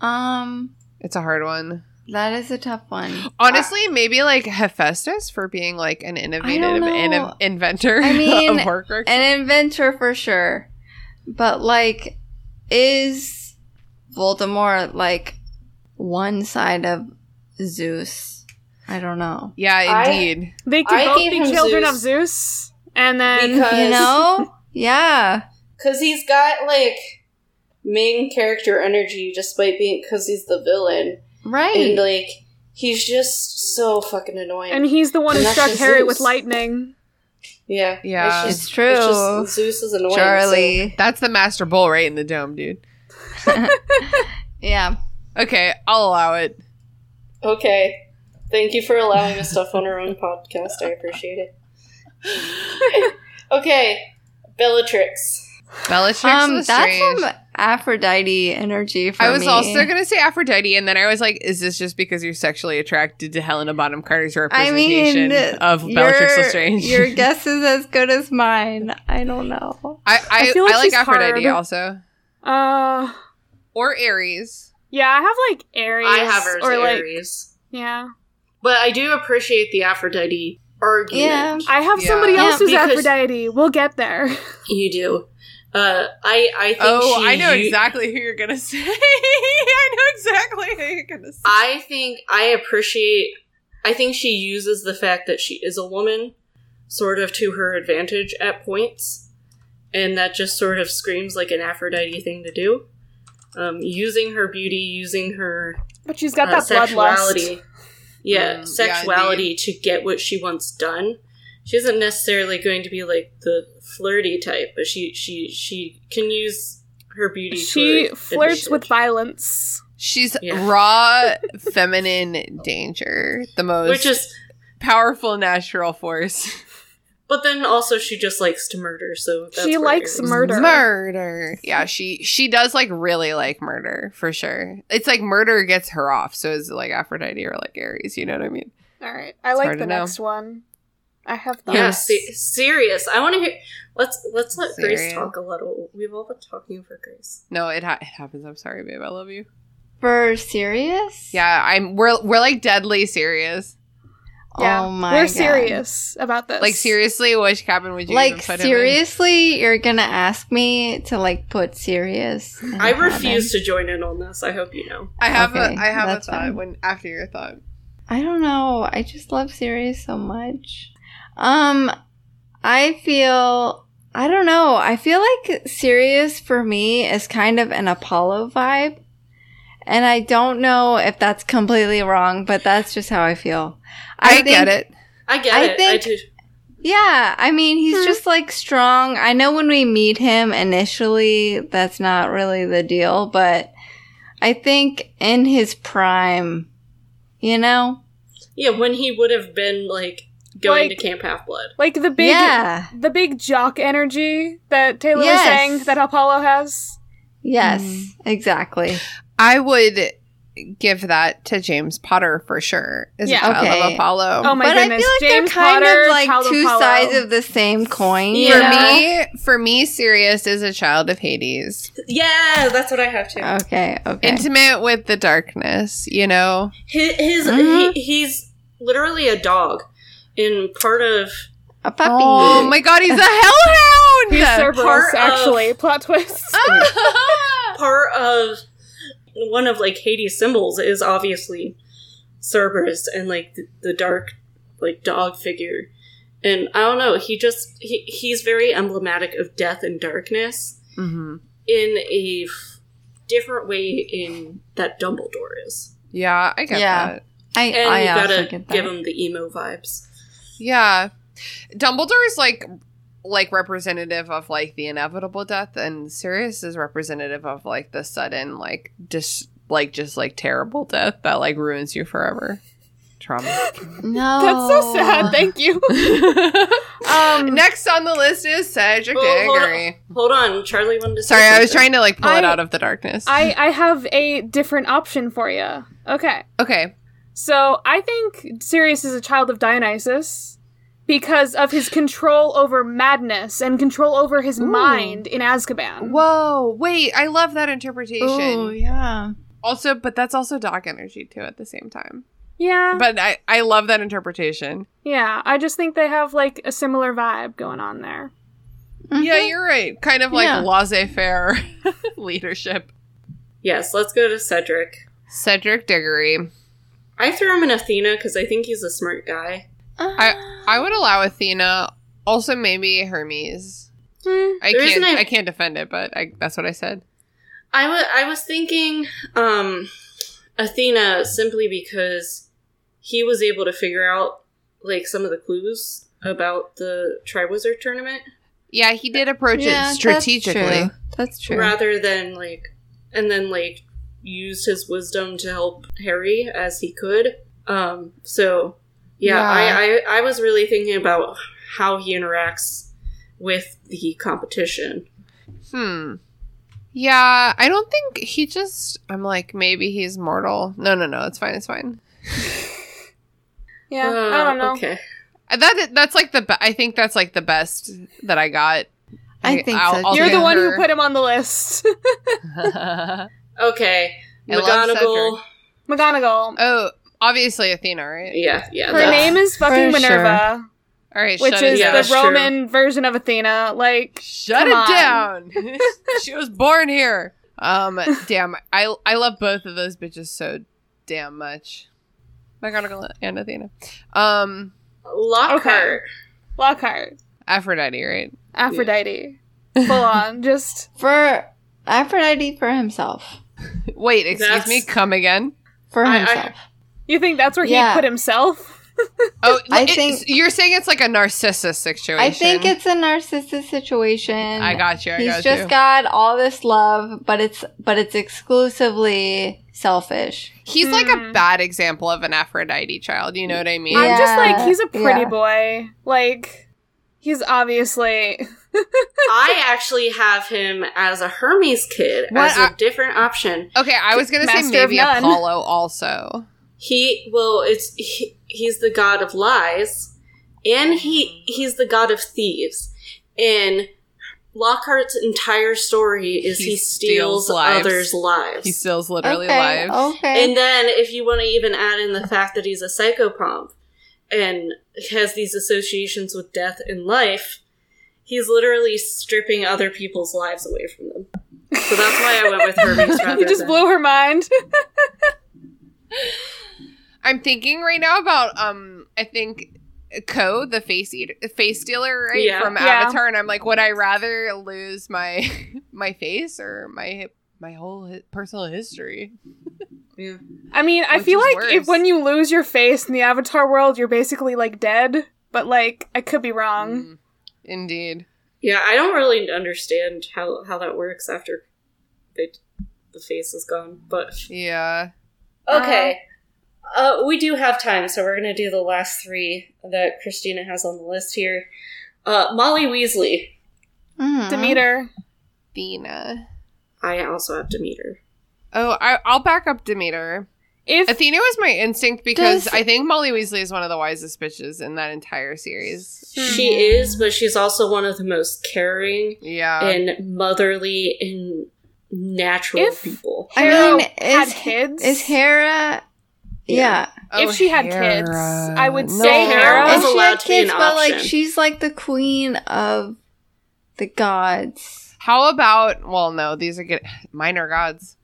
Speaker 1: Um.
Speaker 5: It's a hard one.
Speaker 1: That is a tough one.
Speaker 5: Honestly, maybe like Hephaestus for being like an innovative in-
Speaker 1: know.
Speaker 5: inventor
Speaker 1: I mean,
Speaker 5: of Horcrux.
Speaker 1: An inventor for sure, but like, is Voldemort like one side of Zeus? I don't know.
Speaker 5: Yeah,
Speaker 4: I-
Speaker 5: indeed.
Speaker 2: They could
Speaker 4: I
Speaker 2: both
Speaker 4: gave
Speaker 2: be
Speaker 4: him
Speaker 2: children
Speaker 4: Zeus.
Speaker 2: of Zeus, and then
Speaker 4: Because-
Speaker 1: You know? Yeah.
Speaker 4: Because he's got like main character energy despite being because he's the villain. And
Speaker 1: Right.
Speaker 4: like he's just so fucking annoying.
Speaker 2: and he's the one who
Speaker 4: And that's
Speaker 2: struck
Speaker 4: just
Speaker 2: Harry
Speaker 4: Zeus.
Speaker 2: with lightning.
Speaker 4: yeah.
Speaker 5: Yeah.
Speaker 1: It's true.
Speaker 4: just Zeus is annoying. so-
Speaker 1: Charlie.
Speaker 5: That's the master bowl right in the dome, dude.
Speaker 1: Yeah.
Speaker 5: Okay, I'll allow it.
Speaker 4: okay. Thank you for allowing us stuff on our own podcast. I appreciate it. okay. Bellatrix.
Speaker 5: Bellatrix
Speaker 1: Um,
Speaker 5: was
Speaker 1: that's
Speaker 5: strange.
Speaker 1: some Aphrodite energy for
Speaker 5: I was
Speaker 1: me.
Speaker 5: also gonna say Aphrodite, and then I was like, "Is this just because you're sexually attracted to Helena Bonham Carter's
Speaker 1: I
Speaker 5: representation
Speaker 1: mean,
Speaker 5: of
Speaker 1: your-
Speaker 5: Bellatrix Lestrange?"
Speaker 1: Your guess is as good as mine. I don't know.
Speaker 5: I, I,
Speaker 2: I
Speaker 5: I,
Speaker 2: feel like
Speaker 5: like
Speaker 2: she's
Speaker 5: Aphrodite
Speaker 2: hard.
Speaker 5: also,
Speaker 2: Uh,
Speaker 5: or Aries.
Speaker 2: yeah, I have like Aries.
Speaker 4: I have her as
Speaker 2: or like
Speaker 4: Aries.
Speaker 2: yeah,
Speaker 4: But I do appreciate the Aphrodite argument.
Speaker 1: Yeah.
Speaker 2: I have
Speaker 5: Yeah.
Speaker 2: somebody
Speaker 1: Yeah,
Speaker 2: else who's
Speaker 4: because-
Speaker 2: Aphrodite. We'll get there.
Speaker 4: You do. Uh, I I think
Speaker 5: Oh,
Speaker 4: she
Speaker 5: I know
Speaker 4: u-
Speaker 5: exactly who you're gonna say. I know exactly who you're gonna say.
Speaker 4: I think I appreciate. I think she uses the fact that she is a woman, sort of to her advantage at points, and that just sort of screams like an Aphrodite thing to do. Um, using her beauty, using her
Speaker 2: But she's got
Speaker 4: uh,
Speaker 2: that bloodlust.
Speaker 4: sexuality, yeah,
Speaker 5: Mm, yeah,
Speaker 4: sexuality to get what she wants done. She isn't necessarily going to be like the flirty type, but she she she can use her beauty. to
Speaker 2: She
Speaker 4: her
Speaker 2: flirts with
Speaker 4: advantage.
Speaker 2: violence.
Speaker 5: She's
Speaker 4: Yeah.
Speaker 5: raw feminine danger, the most
Speaker 4: which is
Speaker 5: powerful natural force.
Speaker 4: But then also she just likes to murder, so that's
Speaker 2: She
Speaker 4: where
Speaker 2: likes
Speaker 4: it is.
Speaker 2: murder.
Speaker 5: Murder. Yeah, she she does like really like murder for sure. It's like murder gets her off. So is it like Aphrodite or like Aries? You know what I mean?
Speaker 2: All right, I
Speaker 5: hard
Speaker 2: like
Speaker 5: to
Speaker 2: the
Speaker 5: know.
Speaker 2: next one. I have thoughts.
Speaker 4: Yeah, se- serious. I want to hear. Let's let's let Grace
Speaker 5: Serious.
Speaker 4: talk a little. We've all been talking for Grace.
Speaker 5: No, it, ha- it happens. I'm sorry, babe. I love you.
Speaker 1: For serious?
Speaker 5: Yeah, I'm. We're we're like deadly serious.
Speaker 2: Yeah.
Speaker 1: Oh my
Speaker 2: We're
Speaker 1: God.
Speaker 2: serious about this.
Speaker 5: Like seriously, which cabin would you even
Speaker 1: Like
Speaker 5: put
Speaker 1: seriously, you're gonna ask me to like put serious? in
Speaker 4: I
Speaker 1: heaven?
Speaker 4: refuse to join in on this. I hope you know.
Speaker 5: Him in? I have
Speaker 1: Okay,
Speaker 5: a I have a
Speaker 1: that's
Speaker 5: thought
Speaker 1: fine.
Speaker 5: when after your thought.
Speaker 1: I don't know. I just love Sirius so much. Um, I feel. I don't know. I feel like Sirius for me is kind of an Apollo vibe. And I don't know if that's completely wrong, but that's just how I feel.
Speaker 5: I,
Speaker 1: think-
Speaker 5: get it.
Speaker 4: I get
Speaker 1: I
Speaker 4: it.
Speaker 1: think-
Speaker 4: I do.
Speaker 1: Yeah, I mean, he's just like strong. I know when we meet him initially, that's not really the deal, but I think in his prime, you know?
Speaker 4: Yeah, when he would have been like going
Speaker 2: Like-
Speaker 4: to Camp Half Blood.
Speaker 2: like the big
Speaker 1: yeah.
Speaker 2: the big jock energy that Taylor
Speaker 1: Yes.
Speaker 2: was saying that Apollo has.
Speaker 1: Yes, exactly.
Speaker 5: I would give that to James Potter for sure. Is
Speaker 2: Yeah.
Speaker 5: yeah, okay.
Speaker 1: Okay.
Speaker 5: Apollo.
Speaker 2: Oh my
Speaker 1: but
Speaker 2: goodness,
Speaker 1: I feel like
Speaker 2: James
Speaker 1: they're kind
Speaker 2: Potter,
Speaker 1: of like
Speaker 2: Child of
Speaker 1: two
Speaker 2: Apollo.
Speaker 1: sides of the same coin. you
Speaker 5: For
Speaker 4: Yeah.
Speaker 1: know?
Speaker 5: me, for me, Sirius is a child of Hades,
Speaker 4: Yeah, that's what I have
Speaker 1: Oh.
Speaker 4: to.
Speaker 1: Okay, okay.
Speaker 5: intimate with the darkness. You know,
Speaker 4: his his
Speaker 1: Mhm.
Speaker 2: Mm-hmm.
Speaker 4: he, he's literally a dog, and part of
Speaker 1: a puppy.
Speaker 5: oh my god, he's a hellhound.
Speaker 2: He's
Speaker 4: part
Speaker 2: Cerberus,
Speaker 4: of-
Speaker 2: actually. Plot twist.
Speaker 5: Ah.
Speaker 4: part of one of like Hades' symbols is obviously Cerberus and like the, the dark like dog figure. And I don't know, he just he, he's very emblematic of death and darkness
Speaker 5: Mhm.
Speaker 4: in a f- different way in that Dumbledore is.
Speaker 5: Yeah, I get
Speaker 1: Yeah.
Speaker 5: that.
Speaker 1: I,
Speaker 4: And
Speaker 1: I
Speaker 4: you
Speaker 1: also
Speaker 4: gotta
Speaker 1: get that.
Speaker 4: give him the emo vibes.
Speaker 5: Yeah, Dumbledore is like like representative of like the inevitable death, and Sirius is representative of like the sudden like dis like just like terrible death that like ruins you forever. Trauma.
Speaker 1: no,
Speaker 2: That's so
Speaker 1: Oh.
Speaker 2: sad. Thank you. Um,
Speaker 5: Next on the list is Cedric
Speaker 4: Well, hold on.
Speaker 5: Diggory.
Speaker 4: Hold on, Charlie wanted to say
Speaker 5: Sorry, I was
Speaker 4: something.
Speaker 5: trying to like pull
Speaker 2: I-
Speaker 5: it out of the darkness.
Speaker 2: I I have a different option for you. Okay.
Speaker 5: okay.
Speaker 2: So I think Sirius is a child of Dionysus because of his control over madness and control over his mind in Azkaban.
Speaker 5: Whoa, wait, I love that interpretation.
Speaker 1: Ooh, yeah.
Speaker 5: Also, but that's also dark energy too at the same time.
Speaker 2: Yeah.
Speaker 5: But I I love that interpretation.
Speaker 2: yeah. I just think they have like a similar vibe going on there.
Speaker 5: Yeah,
Speaker 1: Mhm.
Speaker 5: you're right. Kind of like
Speaker 1: Yeah.
Speaker 5: laissez-faire leadership.
Speaker 4: Yes, let's go to Cedric.
Speaker 5: Cedric Diggory.
Speaker 4: I throw him in Athena because I think he's a smart guy.
Speaker 1: Mm-hmm.
Speaker 5: I would allow Athena. Also, maybe Hermes.
Speaker 1: Hmm.
Speaker 5: I
Speaker 4: The reason
Speaker 5: can't. I,
Speaker 4: I-
Speaker 5: can't defend it, but I, that's what I said.
Speaker 4: I wa- I was thinking um, Athena simply because he was able to figure out like some of the clues about the Triwizard tournament
Speaker 5: Yeah, he did approach
Speaker 1: Yeah,
Speaker 5: it strategically.
Speaker 1: That's true. That's true.
Speaker 4: rather than like and then like used his wisdom to help Harry as he could. Um, so yeah, I, I I was really thinking about how he interacts with the competition.
Speaker 5: Hmm. Yeah, I don't think he just. I'm like, maybe he's mortal. No, no, no. It's fine. It's fine.
Speaker 2: Yeah, I
Speaker 4: Uh,
Speaker 2: don't know.
Speaker 4: Okay.
Speaker 5: Uh, That that's like the. be- I think that's like the best that I got.
Speaker 1: I think so, I'll
Speaker 2: You're
Speaker 1: give
Speaker 2: the one
Speaker 5: her-
Speaker 2: who put him on the list.
Speaker 4: Okay.
Speaker 5: I love
Speaker 4: McGonagall.
Speaker 2: McGonagall.
Speaker 5: oh, obviously Athena, right?
Speaker 4: Yeah, yeah.
Speaker 2: Her
Speaker 4: that-
Speaker 2: name is fucking
Speaker 1: For sure.
Speaker 2: Minerva,
Speaker 5: All right,
Speaker 2: which
Speaker 5: shut
Speaker 2: is
Speaker 5: it down.
Speaker 2: the
Speaker 4: that's true.
Speaker 2: Roman version of Athena. Like,
Speaker 5: Shut
Speaker 2: Come on.
Speaker 5: it down. she was born here. Um, damn, I I love both of those bitches so damn much. McGonagall and Athena. Um,
Speaker 4: Lockhart.
Speaker 2: Lockhart,
Speaker 5: Aphrodite, right?
Speaker 2: Aphrodite. Full on. Just,
Speaker 1: For Aphrodite for himself.
Speaker 5: Wait, excuse
Speaker 4: That's-
Speaker 5: me. Come again?
Speaker 1: For
Speaker 4: I- I-
Speaker 1: himself.
Speaker 2: you think that's where
Speaker 1: Yeah.
Speaker 2: he put himself?
Speaker 5: Oh,
Speaker 1: I
Speaker 5: I
Speaker 1: think-
Speaker 5: think you're saying it's like a narcissist situation.
Speaker 1: I think it's a narcissist situation.
Speaker 5: I got you. I
Speaker 1: He's
Speaker 5: got
Speaker 1: just
Speaker 5: you.
Speaker 1: got all this love, but it's but it's exclusively selfish.
Speaker 5: He's like a
Speaker 2: Hmm.
Speaker 5: bad example of an Aphrodite child. You know what I mean?
Speaker 2: I'm just like,
Speaker 1: Yeah,
Speaker 2: he's a pretty
Speaker 1: yeah.
Speaker 2: boy. Like, he's obviously.
Speaker 4: I actually have him as a Hermes kid as
Speaker 5: What?
Speaker 4: a different option.
Speaker 5: Okay, I was gonna say
Speaker 2: Master of
Speaker 5: maybe
Speaker 2: none.
Speaker 5: Apollo also.
Speaker 4: He well, it's he, he's the god of lies, and he he's the god of thieves. And Lockhart's entire story is
Speaker 5: He
Speaker 4: he, steals,
Speaker 5: steals lives.
Speaker 4: others' lives.
Speaker 5: He steals literally
Speaker 1: okay,
Speaker 5: lives.
Speaker 2: oh.
Speaker 1: Okay.
Speaker 4: and then if you want to even add in the fact that he's a psychopomp and has these associations with death and life, he's literally stripping other people's lives away from them. So that's why I went with Hermes rather
Speaker 2: You just
Speaker 4: than-
Speaker 2: blew her mind.
Speaker 5: I'm thinking right now about um I think Ko the face eater, face stealer right
Speaker 4: Yeah.
Speaker 5: from
Speaker 2: Yeah.
Speaker 5: Avatar and I'm like would I rather lose my my face or my my whole hi- personal history?
Speaker 4: Yeah.
Speaker 2: I mean, I
Speaker 5: Which
Speaker 2: feel
Speaker 5: is
Speaker 2: like
Speaker 5: worse.
Speaker 2: if when you lose your face in the Avatar world, you're basically like dead. But like, I could be wrong.
Speaker 4: Mm-hmm.
Speaker 5: Mm, indeed.
Speaker 4: Yeah, I don't really understand how how that works after they, the face is gone. But
Speaker 5: Yeah.
Speaker 4: okay, uh, we do have time, so we're gonna do the last three that Christina has on the list here. Uh, Molly Weasley.
Speaker 1: Mhm.
Speaker 2: Demeter.
Speaker 5: Athena.
Speaker 4: I also have Demeter.
Speaker 5: Oh, I, I'll back up Demeter.
Speaker 2: If
Speaker 5: Athena was my instinct because
Speaker 1: Does-
Speaker 5: I think Molly Weasley is one of the wisest bitches in that entire series.
Speaker 4: She is, but she's also one of the most caring
Speaker 5: Yeah.
Speaker 4: and motherly and natural
Speaker 2: If-
Speaker 4: people.
Speaker 1: I
Speaker 2: Hera
Speaker 1: mean,
Speaker 2: had
Speaker 1: is,
Speaker 2: kids,
Speaker 1: is Hera? Yeah.
Speaker 5: Oh,
Speaker 2: if she had kids,
Speaker 5: Hera.
Speaker 2: I would say Hera.
Speaker 4: Hera
Speaker 1: Is
Speaker 4: was
Speaker 1: she
Speaker 4: allowed
Speaker 1: had
Speaker 4: to be an
Speaker 1: kids, but like
Speaker 4: option.
Speaker 1: she's like the queen of the gods.
Speaker 5: How about well no, these are good minor gods.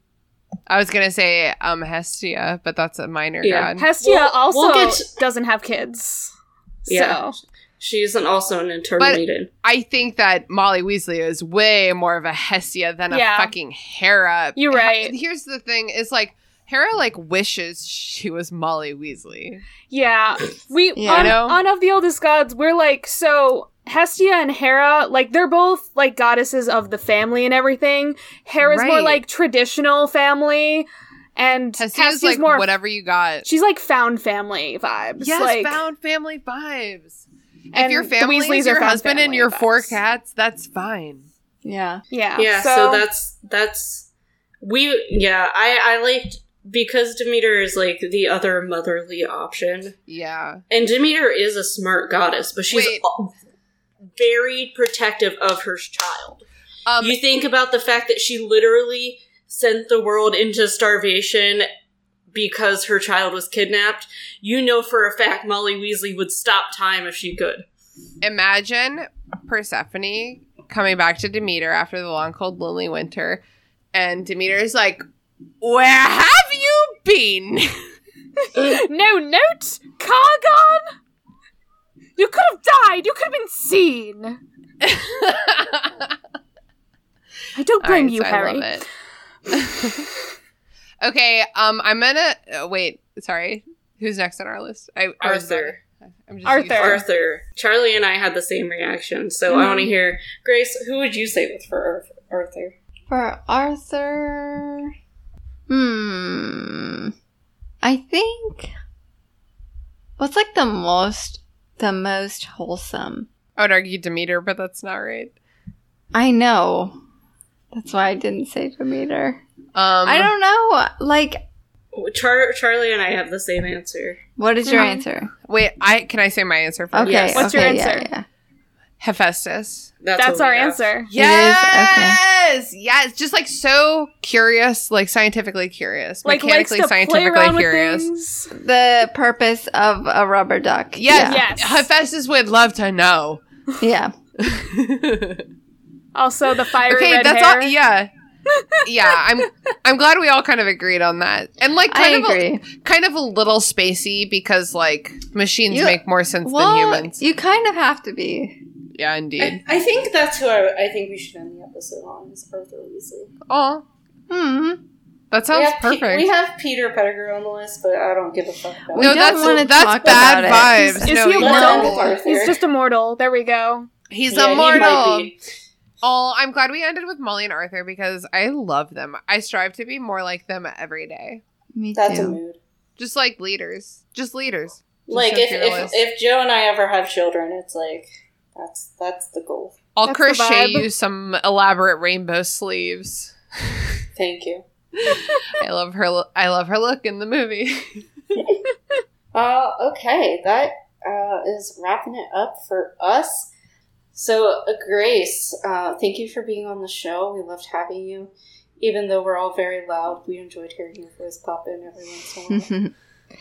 Speaker 5: I was gonna say um Hestia, but that's a minor
Speaker 4: Yeah.
Speaker 5: god.
Speaker 2: Hestia
Speaker 4: We'll-
Speaker 2: also
Speaker 4: we'll get-
Speaker 2: doesn't have kids.
Speaker 4: Yeah.
Speaker 2: So
Speaker 4: She's an, also an internal
Speaker 5: But-
Speaker 4: maiden.
Speaker 5: I think that Molly Weasley is way more of a Hestia than
Speaker 2: Yeah.
Speaker 5: a fucking Hera.
Speaker 2: You're right.
Speaker 5: Here's the thing is like Hera like wishes she was Molly Weasley.
Speaker 2: yeah, we
Speaker 1: Yeah.
Speaker 2: on,
Speaker 5: You know?
Speaker 2: on of the oldest gods, we're like so. Hestia and Hera, like they're both like goddesses of the family and everything. Hera's more
Speaker 5: Right.
Speaker 2: like traditional family, and
Speaker 5: Hestia is
Speaker 2: Hestia's
Speaker 5: like
Speaker 2: more
Speaker 5: whatever you got.
Speaker 2: She's like found family vibes.
Speaker 5: yes,
Speaker 2: like,
Speaker 5: found family vibes. If
Speaker 2: and
Speaker 5: your
Speaker 2: the
Speaker 5: family
Speaker 2: Weasleys
Speaker 5: is
Speaker 2: are
Speaker 5: your
Speaker 2: found
Speaker 5: husband and
Speaker 2: family
Speaker 5: your four
Speaker 2: vibes.
Speaker 5: cats, that's fine.
Speaker 1: Yeah.
Speaker 2: Yeah,
Speaker 4: yeah so,
Speaker 2: So,
Speaker 4: that's that's we yeah i i liked because demeter is like the other motherly option
Speaker 5: Yeah.
Speaker 4: and demeter is a smart goddess but she's
Speaker 5: Wait.
Speaker 4: al- very protective of her child
Speaker 5: Um
Speaker 4: you think about the fact that she literally sent the world into starvation because her child was kidnapped you know for a fact molly weasley would stop time if she could
Speaker 5: imagine Persephone coming back to Demeter after the long, cold, lonely winter, and Demeter is like, "Where have you been?"
Speaker 2: no note, Cargon. You could have died. You could have been seen. I don't blame
Speaker 5: Alright,
Speaker 2: you,
Speaker 5: so
Speaker 2: Harry.
Speaker 5: it. okay, um, I'm gonna oh, wait. Sorry, who's next on our list? I, I was-
Speaker 4: Arthur.
Speaker 5: I'm just
Speaker 2: Arthur.
Speaker 5: used-
Speaker 4: Arthur. Charlie and I had the same reaction, so I want to hear Grace. Who would you say was for Arth- Arthur?
Speaker 1: For Arthur. Hmm. I think. What's like the most. The most wholesome?
Speaker 5: I would argue Demeter, but that's not right.
Speaker 1: I know. That's why I didn't say Demeter.
Speaker 5: Um,
Speaker 1: I don't know. Like,
Speaker 4: Char- Charlie and I have the same answer.
Speaker 1: what is your
Speaker 2: Mhm.
Speaker 1: answer?
Speaker 5: wait. I can I say my answer first?
Speaker 1: Okay.
Speaker 4: Yes.
Speaker 2: What's your
Speaker 1: okay, yeah,
Speaker 2: answer?
Speaker 1: yeah.
Speaker 5: Hephaestus.
Speaker 4: That's,
Speaker 2: That's
Speaker 4: what we
Speaker 2: our
Speaker 4: got.
Speaker 2: answer.
Speaker 5: Yes, yes, just like so curious, like scientifically curious,
Speaker 2: Like likes
Speaker 5: mechanically
Speaker 2: to play
Speaker 5: scientifically
Speaker 2: around
Speaker 5: curious.
Speaker 2: with things.
Speaker 1: The purpose of a rubber duck.
Speaker 5: Yes,
Speaker 2: Yeah. Yes.
Speaker 5: Hephaestus would love to know.
Speaker 1: Yeah. yeah.
Speaker 2: Also, the fiery red
Speaker 5: that's
Speaker 2: hair.
Speaker 5: all. Yeah, yeah. I'm I'm glad we all kind of agreed on that, and like
Speaker 1: I
Speaker 5: kind of
Speaker 1: agree.
Speaker 5: A, kind of a little spacey because like machines
Speaker 1: You-
Speaker 5: make more sense
Speaker 1: well, eh,
Speaker 5: than humans.
Speaker 1: you kind of have to be.
Speaker 5: yeah, indeed.
Speaker 4: I, I think that's who I, I think we should end the episode on is Arthur Weasley.
Speaker 5: Oh,
Speaker 1: Hmm.
Speaker 5: that
Speaker 4: we
Speaker 5: sounds
Speaker 4: have Pe-
Speaker 5: perfect.
Speaker 4: we have Peter Pettigrew on the list, but I don't give a fuck about
Speaker 1: We
Speaker 5: no,
Speaker 1: don't
Speaker 4: him.
Speaker 5: that's
Speaker 1: wanna
Speaker 5: that's
Speaker 1: talk
Speaker 5: bad
Speaker 1: about it.
Speaker 5: vibes.
Speaker 2: Is
Speaker 5: no,
Speaker 2: he a
Speaker 5: he's,
Speaker 4: Let's end
Speaker 2: mortal?
Speaker 4: with Arthur.
Speaker 2: He's just immortal. There we go.
Speaker 5: he's
Speaker 4: Yeah, he might
Speaker 5: immortal.
Speaker 4: be.
Speaker 5: Oh, I'm glad we ended with Molly and Arthur because I love them. I strive to be more like them every day.
Speaker 1: Me
Speaker 4: That's a
Speaker 1: too.
Speaker 4: mood.
Speaker 5: Just like leaders. Just leaders. Just
Speaker 4: Like
Speaker 5: so
Speaker 4: if, if
Speaker 5: fearless.
Speaker 4: if Joe and I ever have children, it's like that's that's the goal.
Speaker 5: I'll
Speaker 2: That's the
Speaker 5: crochet
Speaker 2: vibe.
Speaker 5: you some elaborate rainbow sleeves.
Speaker 4: Thank you.
Speaker 5: I love her lo- I love her look in the movie.
Speaker 4: Uh, okay, that uh, is wrapping it up for us. So, uh, Grace, uh, thank you for being on the show. We loved having you. Even though we're all very loud, we enjoyed hearing your voice pop in every once in a while.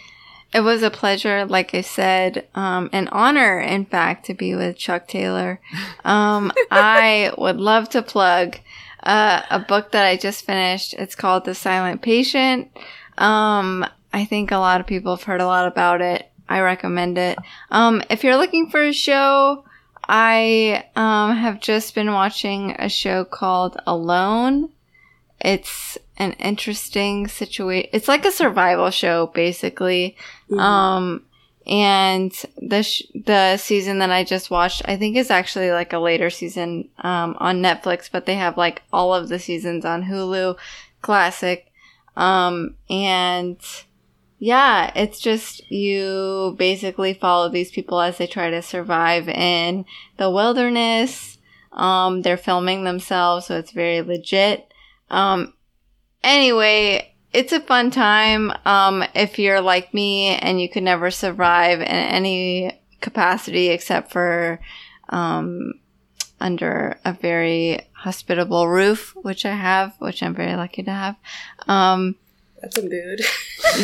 Speaker 1: it was a pleasure, like I said, um, an honor, in fact, to be with Chuck Taylor. Um, I would love to plug uh, a book that I just finished. It's called The Silent Patient. Um, I think a lot of people have heard a lot about it. I recommend it. Um, if you're looking for a show, I um, have just been watching a show called Alone. It's an interesting situation. It's like a survival show, basically.
Speaker 4: Mm-hmm.
Speaker 1: Um, and the sh- the season that I just watched, I think is actually like a later season um, on Netflix, but they have like all of the seasons on Hulu, classic. Um, and yeah, it's just you basically follow these people as they try to survive in the wilderness. Um, they're filming themselves, so it's very legit. Um, anyway, it's a fun time. Um, if you're like me and you could never survive in any capacity except for um, under a very hospitable roof, which I have, which I'm very lucky to have. Um,
Speaker 4: That's a mood.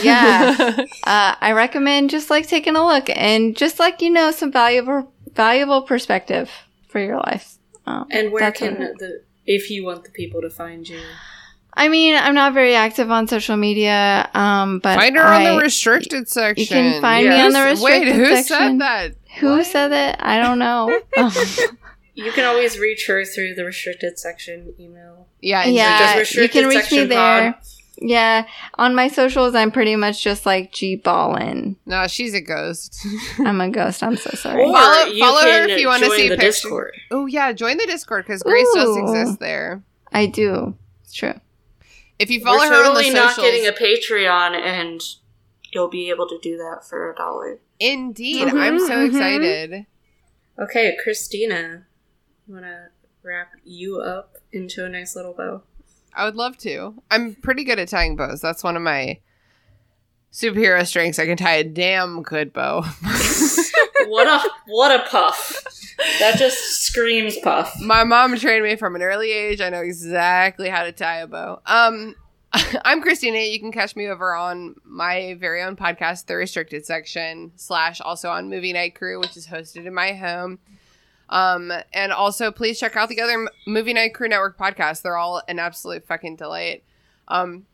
Speaker 1: yeah. Uh, I recommend just like taking a look and just like you know some valuable valuable perspective for your life. Um,
Speaker 4: And where
Speaker 1: that's
Speaker 4: can
Speaker 1: what I-
Speaker 4: the if you want the people to find you?
Speaker 1: I mean I'm not very active on social media, um, but
Speaker 5: find her
Speaker 1: I-
Speaker 5: on the restricted section.
Speaker 1: you can find me
Speaker 4: Yeah.
Speaker 1: on the
Speaker 5: Who's-
Speaker 1: restricted
Speaker 5: Wait, who
Speaker 1: section.
Speaker 5: said that?
Speaker 1: Who said that? I don't know.
Speaker 4: You can always reach her through the restricted section email.
Speaker 5: Yeah,
Speaker 1: yeah,
Speaker 4: just
Speaker 1: you
Speaker 4: restricted
Speaker 1: can reach me
Speaker 4: section
Speaker 1: there.
Speaker 4: pod.
Speaker 1: Yeah, on my socials, I'm pretty much just like G ballin.
Speaker 5: No, she's a ghost.
Speaker 1: I'm a ghost. I'm so sorry.
Speaker 5: Or- Follow- follow her if you wanna
Speaker 4: join
Speaker 5: see
Speaker 4: the
Speaker 5: pictures.
Speaker 4: Discord.
Speaker 5: oh yeah, join the Discord because Grace does
Speaker 1: Ooh.
Speaker 5: exist there.
Speaker 1: I do. It's true.
Speaker 5: If you follow
Speaker 4: We're
Speaker 5: her
Speaker 4: totally
Speaker 5: on the
Speaker 4: not
Speaker 5: socials,
Speaker 4: getting a Patreon, and you'll be able to do that for a dollar.
Speaker 5: indeed,
Speaker 2: Mhm,
Speaker 1: Mm-hmm,
Speaker 5: I'm so
Speaker 2: mhm.
Speaker 5: excited.
Speaker 4: Okay, Christina, you want to wrap you up into a nice little bow?
Speaker 5: I would love to. I'm pretty good at tying bows. That's one of my superhero strengths. I can tie a damn good bow.
Speaker 4: What a what a puff! That just screams puff.
Speaker 5: my mom trained me from an early age. I know exactly how to tie a bow. Um, I'm Christina. You can catch me over on my very own podcast, The Restricted Section, slash also on Movie Night Crew, which is hosted in my home. Um, and also please check out the other M- Movie Night Crew Network podcasts. They're all an absolute fucking delight. Um,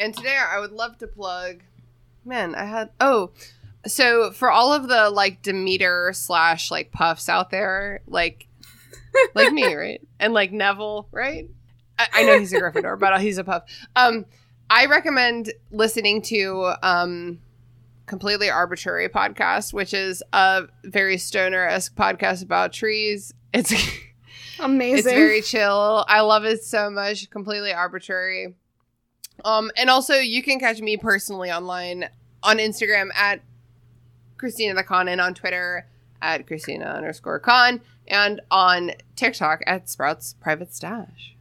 Speaker 5: and today I would love to plug man, I had oh. So for all of the like Demeter slash like puffs out there, like like me, right? And like Neville, right? I, I know he's a Gryffindor, but he's a puff. Um, I recommend listening to um completely arbitrary podcast, which is a very stoner esque podcast about trees. It's
Speaker 2: Amazing.
Speaker 5: it's very chill. I love it so much. Completely arbitrary. Um, and also you can catch me personally online on Instagram at Christina the Con and on Twitter at Christina underscore con and on TikTok at Sprouts Private Stash.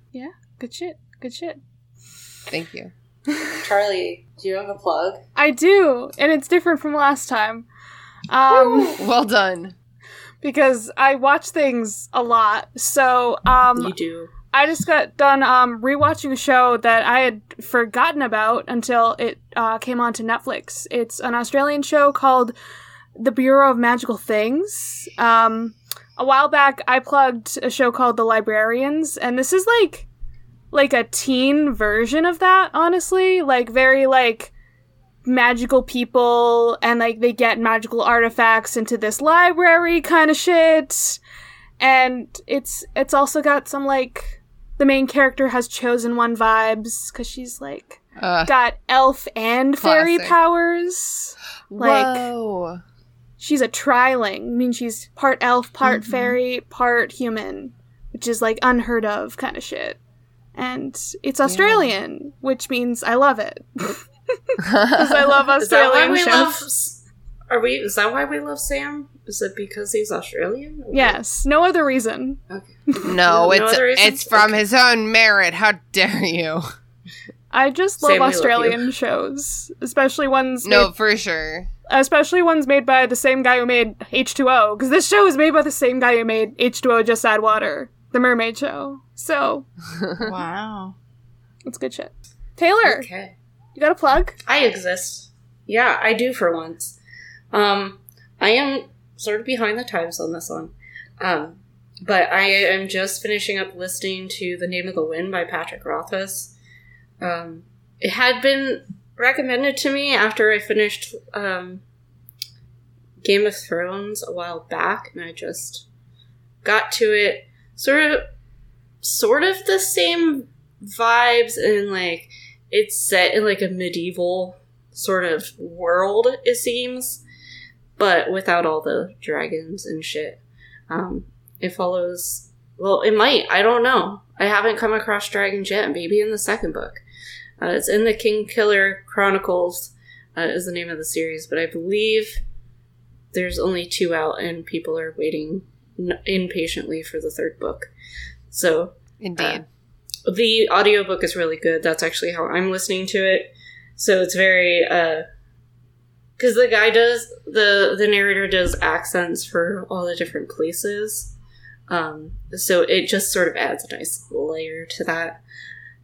Speaker 2: Good shit. Good shit.
Speaker 5: Thank you.
Speaker 4: Charlie, do you have a plug?
Speaker 2: I do, and it's different from last time. Um,
Speaker 5: Well done.
Speaker 2: because I watch things a lot. So, um,
Speaker 4: you do.
Speaker 2: I just got done um, rewatching a show that I had forgotten about until it uh, came onto Netflix. It's an Australian show called The Bureau of Magical Things. Um, a while back, I plugged a show called The Librarians, and this is like like a teen version of that. Honestly, like very like magical people, and like they get magical artifacts into this library kind of shit. And it's it's also got some like the main character has chosen one vibes because she's like
Speaker 5: Uh,
Speaker 2: got elf and fairy
Speaker 5: Classic.
Speaker 2: powers. Like-
Speaker 5: whoa.
Speaker 2: She's a triling. I mean, she's part elf, part
Speaker 4: Mm-hmm.
Speaker 2: fairy, part human, which is like unheard of kind of shit. And it's Australian, which means I love it because I love
Speaker 4: Is that why
Speaker 2: Australian
Speaker 4: we
Speaker 2: shows.
Speaker 4: love? Are we? Is that why we love Sam? Is it because he's Australian?
Speaker 2: yes, no other reason.
Speaker 4: Okay.
Speaker 5: No,
Speaker 4: No
Speaker 5: it's
Speaker 4: other reasons?
Speaker 5: it's from
Speaker 4: Okay.
Speaker 5: his own merit. How dare you?
Speaker 2: I just love
Speaker 4: Sam, we love you.
Speaker 2: Australian shows, especially ones made
Speaker 5: No, for sure.
Speaker 2: especially ones made by the same guy who made H2O, because this show is made by the same guy who made H2O Just Add Water, the mermaid show. So,
Speaker 1: Wow.
Speaker 2: it's good shit. Taylor,
Speaker 4: Okay.
Speaker 2: you got a plug?
Speaker 4: I exist. Yeah, I do for once. Um, I am sort of behind the times on this one. Um, but I am just finishing up listening to The Name of the Wind by Patrick Rothfuss. Um, it had been recommended to me after I finished um, Game of Thrones a while back, and I just got to it sort of sort of the same vibes and like it's set in like a medieval sort of world it seems but without all the dragons and shit um, it follows well it might i don't know i haven't come across dragons yet maybe in the second book uh, it's in the king killer chronicles uh, is the name of the series but i believe there's only two out and people are waiting n- impatiently for the third book so
Speaker 5: Indeed.
Speaker 4: Uh, the audiobook is really good that's actually how i'm listening to it so it's very uh because the guy does the the narrator does accents for all the different places um so it just sort of adds a nice layer to that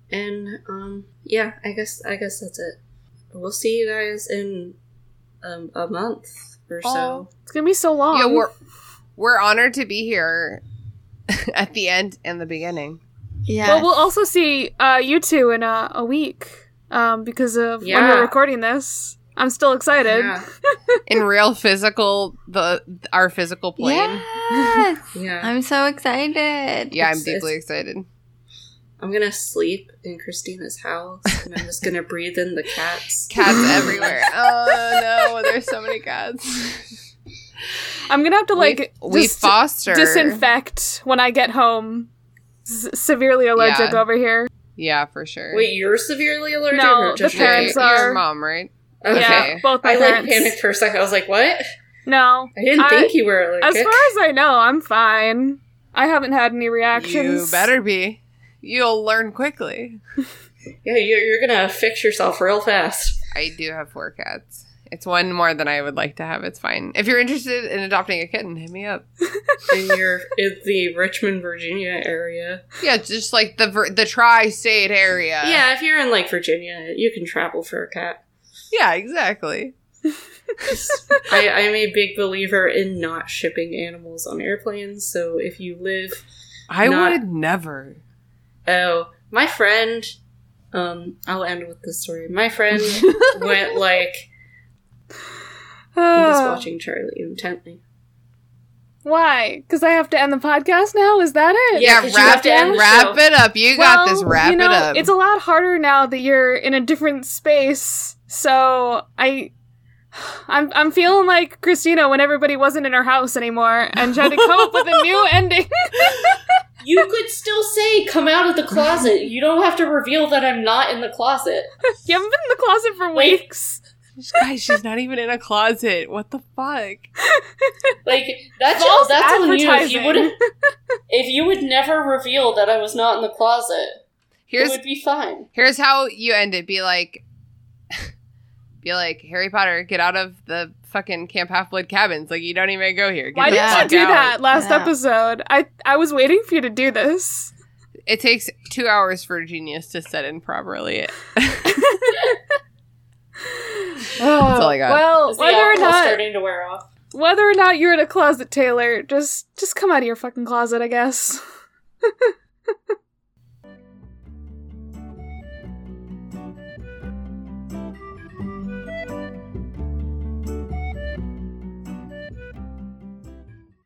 Speaker 4: and um yeah i guess i guess that's it we'll see you guys in um, a month or so
Speaker 2: It's gonna be so long.
Speaker 5: yeah, we're we're honored to be here at the end and the beginning.
Speaker 1: Yeah.
Speaker 2: well, we'll also see uh, you two in a, a week um, because of when
Speaker 4: Yeah.
Speaker 2: we're recording this. I'm still excited.
Speaker 4: yeah
Speaker 5: In real physical the our physical plane. Yeah,
Speaker 1: Yes.
Speaker 4: yeah
Speaker 1: I'm so excited.
Speaker 5: I'm
Speaker 4: It's-
Speaker 5: deeply excited.
Speaker 4: i'm gonna sleep in christina's house and i'm just gonna breathe in the cats
Speaker 5: Cats everywhere. Oh no, there's so many cats.
Speaker 2: I'm gonna have to like
Speaker 5: we, we
Speaker 2: dis-
Speaker 5: foster
Speaker 2: disinfect when I get home. S- severely allergic
Speaker 5: Yeah.
Speaker 2: over here.
Speaker 5: Yeah, for sure.
Speaker 4: Wait, you're severely allergic?
Speaker 2: No,
Speaker 4: or just
Speaker 2: the parents
Speaker 5: your,
Speaker 4: me?
Speaker 2: are-
Speaker 5: mom, right?
Speaker 4: Okay.
Speaker 2: Yeah, both my
Speaker 4: I like
Speaker 2: parents.
Speaker 4: panicked for a second. I was like, "What?
Speaker 2: No,
Speaker 4: I didn't
Speaker 2: I-
Speaker 4: think you were
Speaker 2: As
Speaker 4: allergic."
Speaker 2: far as I know, I'm fine. I haven't had any reactions.
Speaker 5: You better be. You'll learn quickly.
Speaker 4: yeah, you're, you're gonna fix yourself real fast.
Speaker 5: I do have four cats. It's one more than I would like to have. It's fine. If you're interested in adopting a kitten, hit me up.
Speaker 4: and you're in the Richmond, Virginia area.
Speaker 5: Yeah, just like the ver- the tri-state area.
Speaker 4: yeah, if you're in like Virginia, you can travel for a cat.
Speaker 5: yeah, exactly.
Speaker 4: I, I'm a big believer in not shipping animals on airplanes. So if you live
Speaker 5: I
Speaker 4: Not-
Speaker 5: would never.
Speaker 4: Oh, my friend. Um, I'll end with this story. My friend went like I'm just
Speaker 2: Ah.
Speaker 4: watching Charlie intently.
Speaker 2: Why? Because I have to end the podcast now? Is that it?
Speaker 4: Yeah,
Speaker 5: Yeah,
Speaker 4: 'cause you have
Speaker 5: wrap,
Speaker 4: to end the
Speaker 5: wrap
Speaker 4: show.
Speaker 5: it up. You got this.
Speaker 2: Well,
Speaker 5: Wrap
Speaker 2: you know,
Speaker 5: it up.
Speaker 2: It's a lot harder now that you're in a different space. So I I'm I'm feeling like Christina when everybody wasn't in her house anymore and tried to come up with a new ending.
Speaker 4: You could still say, "Come out of the closet." You don't have to reveal that I'm not in the closet.
Speaker 2: you haven't been in the closet for
Speaker 4: Wait.
Speaker 2: weeks.
Speaker 5: Guys, she's not even in a closet. What the fuck?
Speaker 4: Like that's
Speaker 2: False
Speaker 4: that's on you. If you
Speaker 2: advertising.
Speaker 4: wouldn't, if you would never reveal that I was not in the closet,
Speaker 5: Here's
Speaker 4: it would be fine.
Speaker 5: here's how you end it. Be like, be like Harry Potter. Get out of the fucking Camp Half Blood cabins. Like you don't even go here. Get
Speaker 2: Why
Speaker 5: the
Speaker 2: did
Speaker 1: Yeah.
Speaker 2: not
Speaker 5: fuck
Speaker 2: you do
Speaker 5: out.
Speaker 2: that last
Speaker 1: Yeah.
Speaker 2: episode? I I was waiting for you to do this.
Speaker 5: It takes two hours for genius to set in properly. That's all I got.
Speaker 2: Uh, Well,
Speaker 4: Is the
Speaker 2: whether or
Speaker 4: alcohol
Speaker 2: not
Speaker 4: starting to wear off?
Speaker 2: whether or not you're in a closet, Taylor, just just come out of your fucking closet, I guess.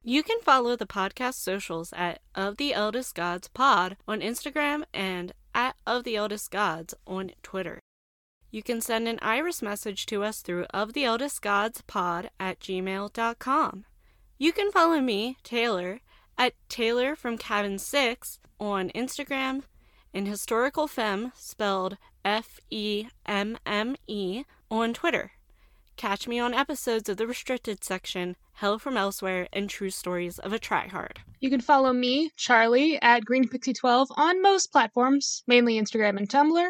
Speaker 6: You can follow the podcast socials at Of the Eldest Gods Pod on Instagram and at Of the Eldest Gods on Twitter. You can send an iris message to us through of the eldest gods pod at gmail.com. You can follow me, Taylor, at Taylor from Cabin 6 on Instagram and Historical Femme spelled F E M M E on Twitter. Catch me on episodes of the restricted section, Hell from Elsewhere, and True Stories of a Tryhard.
Speaker 7: You can follow me, Charlie, at GreenPixie12 on most platforms, mainly Instagram and Tumblr.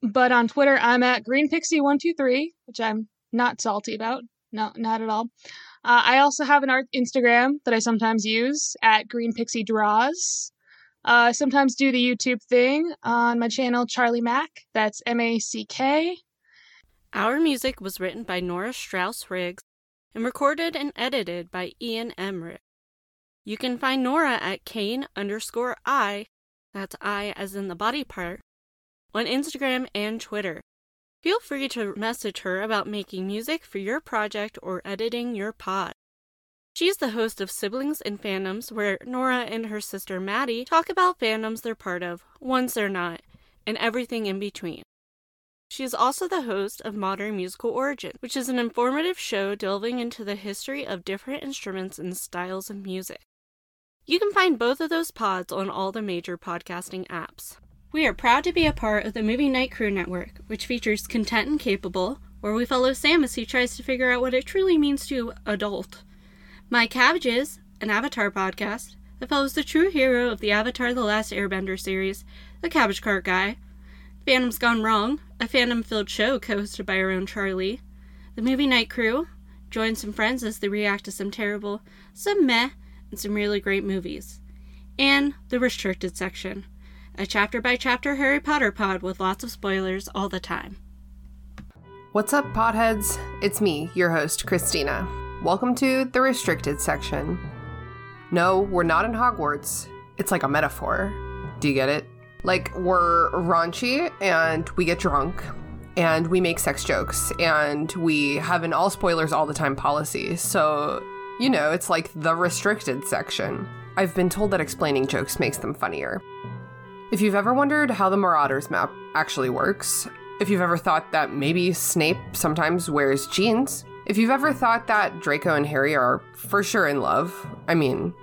Speaker 7: But on Twitter, I'm at GreenPixie123, which I'm not salty about. No, not at all. Uh, I also have an art Instagram that I sometimes use at GreenPixieDraws. Uh, I sometimes do the YouTube thing on my channel, Charlie Mack. That's M A C K.
Speaker 6: Our music was written by Nora Strauss Riggs and recorded and edited by Ian Emmerich. You can find Nora at Kane underscore I, that's I as in the body part, on Instagram and Twitter. Feel free to message her about making music for your project or editing your pod. She's the host of Siblings and Fandoms, where Nora and her sister Maddie talk about fandoms they're part of, ones they're not, and everything in between. She is also the host of Modern Musical Origin, which is an informative show delving into the history of different instruments and styles of music. You can find both of those pods on all the major podcasting apps. We are proud to be a part of the Movie Night Crew Network, which features Content and Capable, where we follow Sam as he tries to figure out what it truly means to adult. My Cabbages, an Avatar podcast that follows the true hero of the Avatar The Last Airbender series, the Cabbage Cart Guy, Phantom's Gone Wrong, a fandom filled show co hosted by our own Charlie. The Movie Night Crew join some friends as they react to some terrible, some meh, and some really great movies. And the Restricted section, a chapter by chapter Harry Potter pod with lots of spoilers all the time.
Speaker 5: What's up, potheads? It's me, your host, Christina. Welcome to the restricted section. No, we're not in Hogwarts. It's like a metaphor. Do you get it? Like, we're raunchy and we get drunk and we make sex jokes and we have an all spoilers all the time policy. So, you know, it's like the restricted section. I've been told that explaining jokes makes them funnier. If you've ever wondered how the Marauders map actually works, if you've ever thought that maybe Snape sometimes wears jeans, if you've ever thought that Draco and Harry are for sure in love, I mean,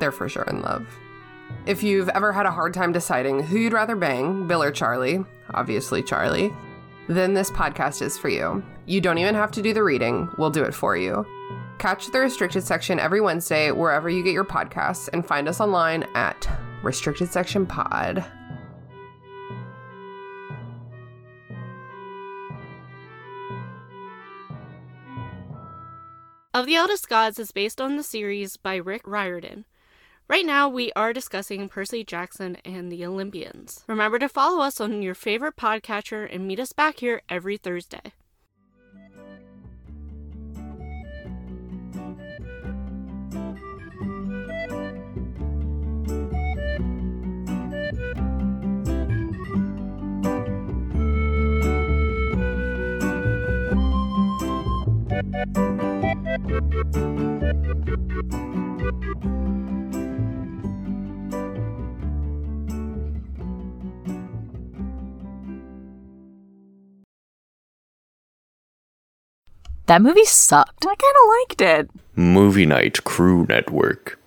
Speaker 5: they're for sure in love. If you've ever had a hard time deciding who you'd rather bang, Bill or Charlie, obviously Charlie, then this podcast is for you. You don't even have to do the reading, we'll do it for you. Catch the restricted section every Wednesday wherever you get your podcasts and find us online at Restricted Section Pod.
Speaker 6: Of the Eldest Gods is based on the series by Rick Riordan. Right now, we are discussing Percy Jackson and the Olympians. Remember to follow us on your favorite podcatcher and meet us back here every Thursday.
Speaker 8: That movie sucked.
Speaker 9: I kind of liked it.
Speaker 3: Movie Night Crew Network.